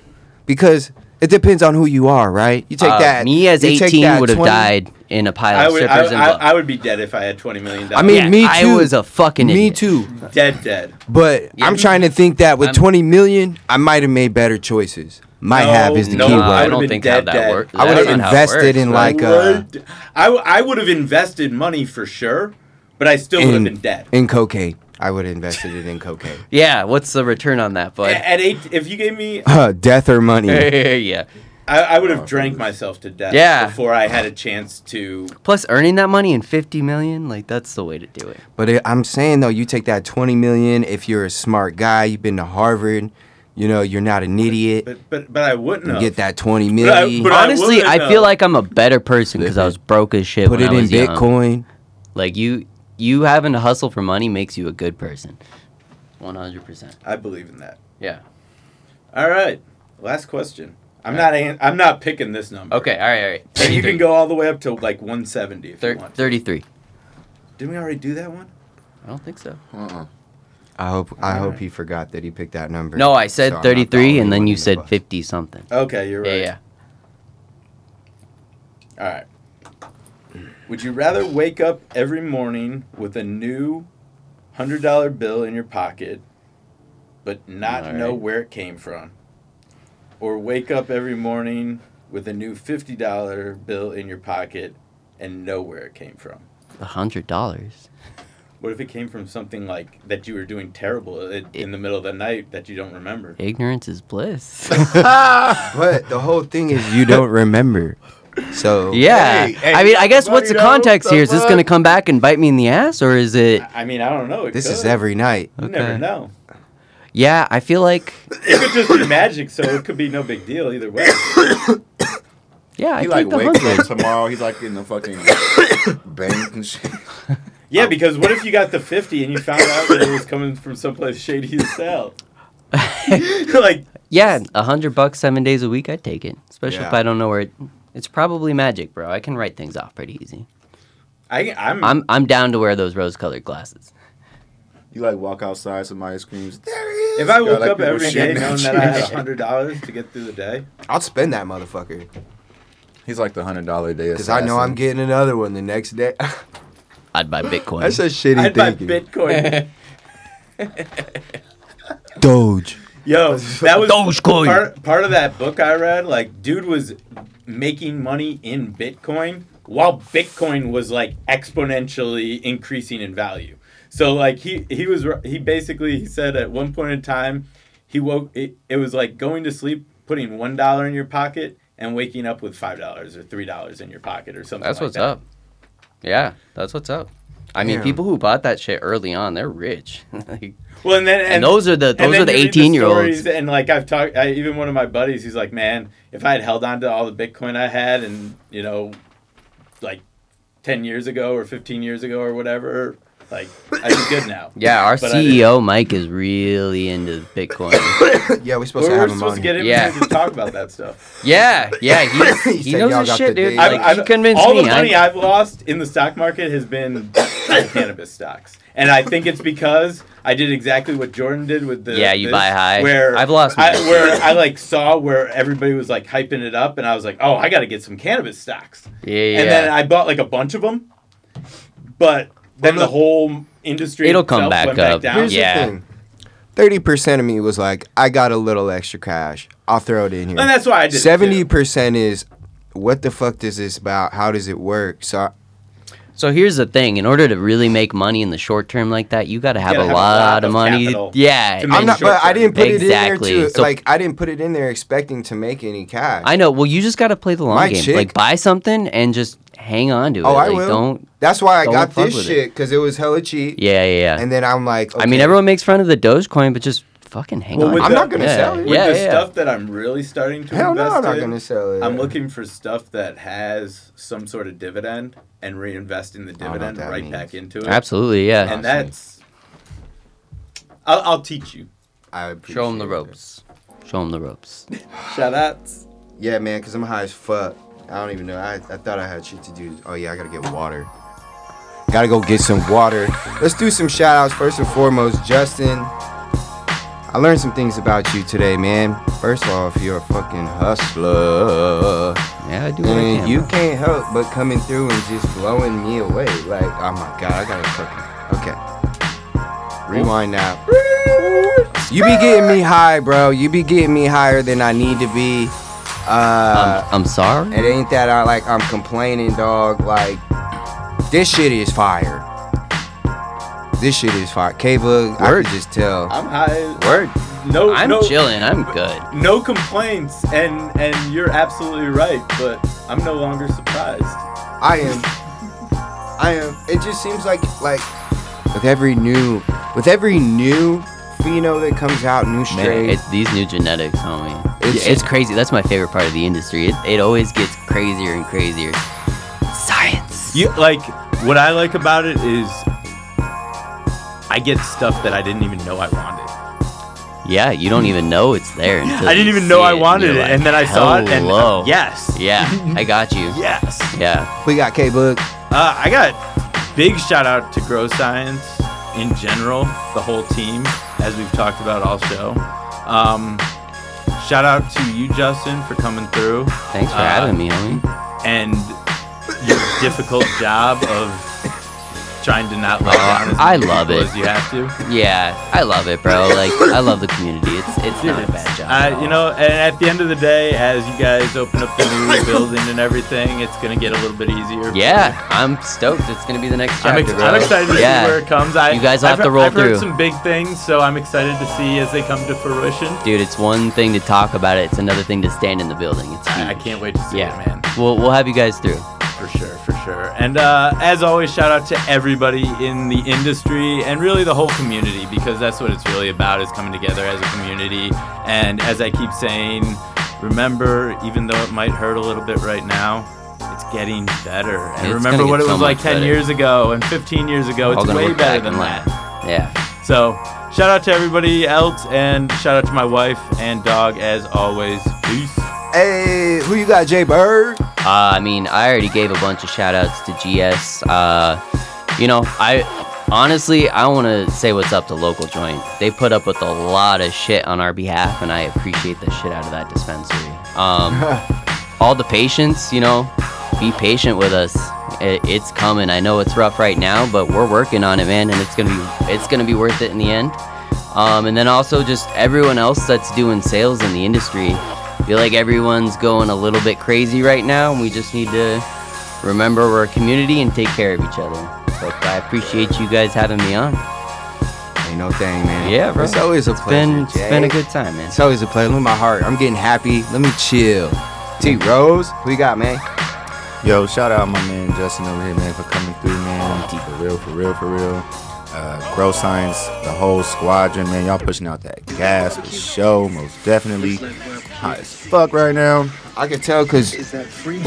C: Because it depends on who you are, right? You take
D: Uh,
C: that.
D: Me as
C: you take
D: 18
C: that
D: would have
C: 20
D: died in a pile
E: I
D: of
E: would.
D: strippers
E: I,
D: and
E: I,
D: blood.
E: I would be dead if I had twenty million dollars.
C: I mean,
D: Yeah,
C: me
D: I
C: too.
D: was a fucking
C: Me
D: idiot.
C: too.
E: dead, dead.
C: But
D: Yeah.
C: I'm trying to think that with
D: I'm-
C: 20 million, I might have made better choices. Might
E: No,
C: have is the
E: no,
C: key
E: I
C: word.
E: would've
D: I
C: I,
D: don't
E: been
D: think
E: dead,
D: how that
E: dead.
D: works.
E: I
D: That's
C: would have
D: not how it
C: invested
D: works,
C: in
D: bro.
C: like uh,
E: would, I, w- I would have invested money for sure, but I still would have
C: in,
E: been dead.
C: in cocaine. I would have invested it in cocaine.
D: Yeah, what's the return on that,
E: A-
D: bud?
E: At eight, if you gave me
C: Uh, death or money.
D: yeah.
E: I, I would have drank myself to death
D: Yeah.
E: before I had a chance to.
D: Plus, earning that money in 50 million, like that's the way to do it.
C: But it, I'm saying though, you take that 20 million if you're a smart guy, you've been to Harvard, you know, you're not an idiot.
E: But but but I wouldn't have.
C: get that 20
E: I-
C: million.
E: but I
D: Honestly,
E: wouldn't
D: I,
E: have.
D: feel like I'm a better person because I was broke as shit.
C: put
D: when
C: it
D: I
C: in
D: was young.
C: Bitcoin.
D: Like you, you having to hustle for money makes you a good person. 100%.
E: I believe in that.
D: Yeah.
E: All right. Last question. I'm not. An- I'm not picking this number.
D: Okay. All right. All right.
E: And you can
D: 33.
E: go all the way up to like 170 if
D: Thir-
E: you want.
D: 33.
E: Didn't we already do that one?
D: I don't think so.
F: Uh-uh.
C: I hope I hope he forgot that he picked that number.
D: No, I
C: So
D: said
C: I'm not the
D: 33,
C: only
D: and then
C: one
D: you
C: in the
D: said
C: bus.
D: 50 something.
E: Okay, you're right.
D: Yeah, yeah.
E: All right. Would you rather wake up every morning with a new hundred dollar bill in your pocket, but not
D: All
E: know
D: right.
E: where it came from, or wake up every morning with a new fifty dollar bill in your pocket and know where it came from?
D: A hundred dollars.
E: What if it came from something like that you were doing terrible i- in the middle of the night that you don't remember?
D: Ignorance is bliss.
C: But the whole thing is you don't remember. So
D: yeah.
F: Hey, hey,
D: I mean, I guess
F: buddy,
D: what's the
F: though,
D: context
F: the
D: here? Is this
F: fuck?
D: going to come back and bite me in the ass, or is it?
E: I I mean, I don't know. It
C: this
E: could.
C: is every night.
E: You never
D: Okay.
E: know.
D: Yeah, I feel like.
E: It could just be magic, so it could be no big deal either way.
D: Yeah, I
F: He
D: take
F: like
D: the
F: wakes
D: hundred.
F: up tomorrow. He's like in the fucking bank and shit.
E: Yeah, because what if you got the 50 and you found out that it was coming from someplace shady as hell? like,
D: Yeah, a hundred bucks, seven days a week, I'd take it. Especially if
C: Yeah.
D: I don't know where it. It's probably magic, bro. I can write things off pretty easy.
E: I, I'm,
D: I'm I'm down to wear those rose-colored glasses.
F: You like walk outside, somebody screams. There he is.
E: if I
F: Got,
E: woke
F: like,
E: up
F: people
E: every day
F: shooting at
E: knowing
F: you.
E: that I had $100 to get through the day,
C: I'll spend that motherfucker
F: he's like the hundred dollar day.
C: because I know I'm getting another one the next day.
D: I'd buy Bitcoin.
C: That's a shitty
E: I'd buy
C: thinking.
E: Bitcoin.
C: Doge.
E: Yo, that was
D: Dogecoin.
E: Part, part of that book I read. Like, dude was making money in Bitcoin while Bitcoin was like exponentially increasing in value. So like he he was he basically he said at one point in time he woke it, it was like going to sleep putting one dollar in your pocket and waking up with five dollars or three dollars in your pocket or something.
D: That's
E: like
D: what's
E: that.
D: up. Yeah, that's what's up. I mean,
C: Damn.
D: people who bought that shit early on, they're rich. Like,
E: Well, and then and,
D: those are the-
E: and
D: those
E: then
D: are the
E: you read
D: 18-year-olds.
E: stories, And like I've talked, I, even one of my buddies, he's like, man, if I had held on to all the Bitcoin I had, and you know, like ten years ago or fifteen years ago or whatever, like I'd be good now.
D: yeah, our E
E: But I didn't.
D: CEO Mike is really into Bitcoin.
C: Yeah, we're supposed to
E: We're, we're
C: have him
E: supposed
C: on.
E: to
C: here.
E: get him
D: Yeah.
E: to talk about that stuff.
D: yeah, yeah, he's,
C: He
D: he
C: said y'all
D: knows his
C: got
D: shit,
C: the
D: dude.
C: date.
D: Like,
E: I've-
D: he
E: I've-
D: convinced
E: all
D: me.
E: the money
D: I,
E: I've lost in the stock market has been cannabis stocks, and I think it's because I did exactly what Jordan did with the
D: Yeah, you
E: this,
D: buy high.
E: Where
D: I've lost
E: I,
D: money.
E: where I like saw where everybody was like hyping it up, and I was like, oh, I got to get some cannabis stocks,
D: yeah, yeah.
E: and then I bought like a bunch of them, but then the
C: look-
E: whole industry
D: It'll come
E: itself
D: back
E: went
D: up.
E: Back down.
C: Here's
D: Yeah.
C: the thing. Thirty percent of me was like, I got a little extra cash. I'll throw it in here.
E: and that's why I did it, too.
C: Seventy percent is, what the fuck is this about? How does it work? So I-
D: So here's the thing: in order to really make money in the short term like that, you got to have
E: gotta
D: a
E: have a lot
D: lot
E: of
D: of money.
E: capital
D: Yeah, I-
E: to make-
C: I'm not,
E: short
C: but I
E: term.
C: didn't put
D: Exactly.
C: it in there to
D: So-
C: like I didn't put it in there expecting to make any cash.
D: I know. Well, you just got to play the long
C: My
D: game.
C: chick-
D: Like buy something and just hang on to it.
C: oh, I
D: Like,
C: will.
D: Don't.
C: That's why I
D: don't
C: got
D: fuck
C: this
D: with it.
C: shit because it was hella cheap.
D: Yeah, yeah, yeah.
C: And then I'm like,
D: I mean,
C: okay,
D: everyone makes fun of the Dogecoin, but just fucking hang
E: Well,
D: on.
E: with
D: to
E: the-
D: it.
E: I'm not gonna
D: yeah.
C: sell it.
E: With
D: Yeah,
E: the
D: yeah, yeah.
E: stuff that I'm really starting to
C: Hell no,
E: invest
C: I'm not
E: in,
C: gonna sell it.
E: I'm looking for stuff that has some sort of dividend and reinvesting the
C: know what
E: dividend
C: that
E: right
C: means.
E: back into it.
D: Absolutely, yeah.
E: And that's. I'll, I'll teach you.
C: I
D: Show them the
C: appreciate it.
D: ropes. Show them the ropes.
E: Shout outs.
C: Yeah, man, because I'm high as fuck. I don't even know. I, I thought I had shit to do. Oh, yeah, I gotta get water. Gotta go get some water. Let's do some shout outs first and foremost. Justin, I learned some things about you today, man. First off, you're a fucking hustler.
D: Yeah, I do what I
C: And
D: can.
C: you
D: You,
C: can't help but coming through and just blowing me away. Like, oh my god, I gotta fucking okay. Rewind now. You be getting me high, bro. You be getting me higher than I need to be. Uh,
D: I'm, I'm sorry.
C: it ain't that I like I'm complaining, dog. Like, this shit is fire. This shit is fire. Kava, I
D: Word.
C: could just tell.
E: I'm high.
D: Word.
E: no,
D: I'm
E: no,
D: chilling. I'm good.
E: no complaints, and and you're absolutely right. But I'm no longer surprised.
C: I am. I am. It just seems like like with every new with every new pheno that comes out, new
D: Man,
C: strain.
D: it's these new genetics, homie. It's,
C: It's-
D: it's crazy. That's my favorite part of the industry. It, it always gets crazier and crazier. Science.
E: You like what I like about it is I get stuff that I didn't even know I wanted.
D: Yeah, you don't even know it's there. Until
E: I didn't
D: you
E: even
D: see
E: know I
D: you're
E: wanted it,
D: like,
E: and then I saw it, and
D: "Hello."
E: yes,
D: Yeah, I got you.
E: yes.
D: Yeah.
C: we got K Book.
E: Uh, I got big shout out to Grow Science in general, the whole team, as we've talked about all show. Um, shout out to you, Justin, for coming through
D: Thanks for
E: Uh,
D: having me, homie.
E: and your difficult job of trying to not let down. as
D: Uh, I
E: many
D: love
E: people
D: it.
E: As you have to.
D: Yeah, I love it, bro. Like, I love the community. It's it's not a bad job. at
E: Uh,
D: all.
E: you know, and at the end of the day, as you guys open up the new building and everything, it's gonna get a little bit easier.
D: Yeah, I'm stoked. It's gonna be the next chapter,
E: I'm, ex-
D: bro.
E: I'm excited to
D: yeah.
E: see where it comes. I,
D: You guys will
E: I've
D: have to
E: he-
D: roll
E: I've
D: through.
E: heard some big things, so I'm excited to see as they come to fruition.
D: Dude, it's one thing to talk about it. It's another thing to stand in the building. It's huge.
E: I, I can't wait to see
D: Yeah,
E: it, man.
D: We'll we'll have you guys through.
E: For sure, for sure. And uh, as always, shout out to everybody in the industry and really the whole community because that's what it's really about is coming together as a community. And as I keep saying, remember, even though it might hurt a little bit right now, it's getting better. And
D: It's
E: remember
D: gonna
E: what
D: get
E: it
D: so
E: was like
D: much
E: 10
D: better.
E: years ago and 15 years ago.
D: All
E: It's
D: gonna
E: way
D: look
E: better
D: back
E: than
D: and
E: that.
D: laugh. Yeah.
E: So, shout out to everybody else, and shout out to my wife and dog as always. Peace.
C: Hey, who you got, Jay Bird?
D: Uh, I mean, I already gave a bunch of shout outs to GS. Uh, you know, I honestly, I want to say what's up to Local Joint. They put up with a lot of shit on our behalf, and I appreciate the shit out of that dispensary. Um, all the patients, you know, be patient with us. It, it's coming. I know it's rough right now, but we're working on it, man, and it's gonna be it's gonna be worth it in the end. Um, and then also just everyone else that's doing sales in the industry. I feel like everyone's going a little bit crazy right now, and we just need to remember we're a community and take care of each other. But I appreciate you guys having me on.
C: Ain't no thing, man.
D: Yeah, bro.
C: It's always a
D: It's
C: pleasure.
D: been, it's
C: Jay.
D: been a good time, man.
C: It's always a pleasure. Look at my heart. I'm getting happy. Let me chill. T Rose, who you got, man?
F: Yo, shout out my man Justin over here, man, for coming through, man.
C: Oh.
F: For real, for real, for real. Uh, Grow Science, the whole squadron, man. Y'all pushing out that gas for show, most definitely. Hot as fuck right now.
C: I could tell because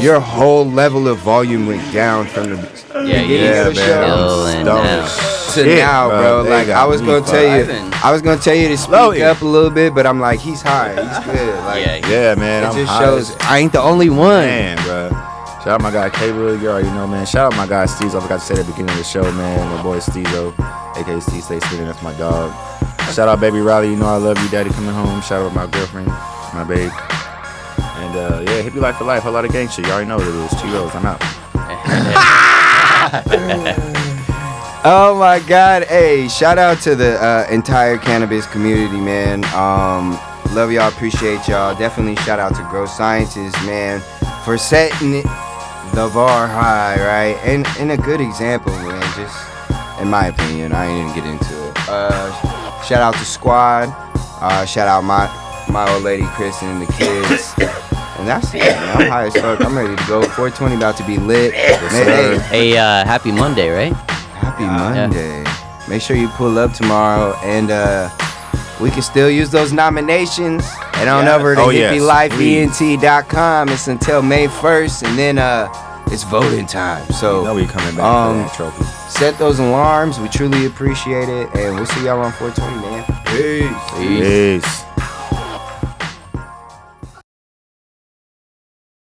C: your whole level of volume went down from the
D: Yeah, uh, you
C: Yeah,
D: guys
C: man.
D: are chilling
F: Stone
D: now.
F: as
C: to
F: shit,
C: now, bro.
F: They
C: Like
F: got
C: I was
F: me
C: gonna
F: fucked.
C: tell you,
D: vibing.
C: I was gonna tell you to speak
F: Loaded.
C: up a little bit, but I'm like, he's high, he's good. Like
D: Yeah,
F: Yeah, man.
C: it
F: I'm
C: just
F: hot as
C: shows I ain't the only one.
F: Man, bro. Shout out my guy Cable, you already know, man. Shout out my guy Steezo. I forgot to say at the beginning of the show, man. My boy Steezo, aka Steve Stay Spinning, that's my dog. Shout out baby Riley, you know I love you, daddy coming home. Shout out my girlfriend, my babe. And uh, yeah, hippie life for life, a lot of gang shit. You already know what it is. Cheetos, I'm out.
C: Oh my God! Hey, shout out to the uh, entire cannabis community, man. Um, love y'all, appreciate y'all. Definitely shout out to Grow Sciences, man, for setting it, the bar high, right? And and a good example, man. Just in my opinion, I ain't even get into it. Uh, shout out to Squad. Uh, shout out my my old lady Kristen and the kids. And that's it, man. I'm high as fuck. I'm ready to go. 420 about to be lit. Man, hey,
D: Hey, uh, happy Monday, right?
C: Happy Monday. Make sure you pull up tomorrow and uh we can still use those nominations. And on
E: Yes.
C: over to E
F: Oh, yes,
C: hippielifeent.com. It's until May 1st and then uh it's voting time.
F: You know
C: So
F: we coming back
C: um,
F: for that trophy.
C: set those alarms. We truly appreciate it and we'll see y'all on 420, man. Peace.
F: Peace.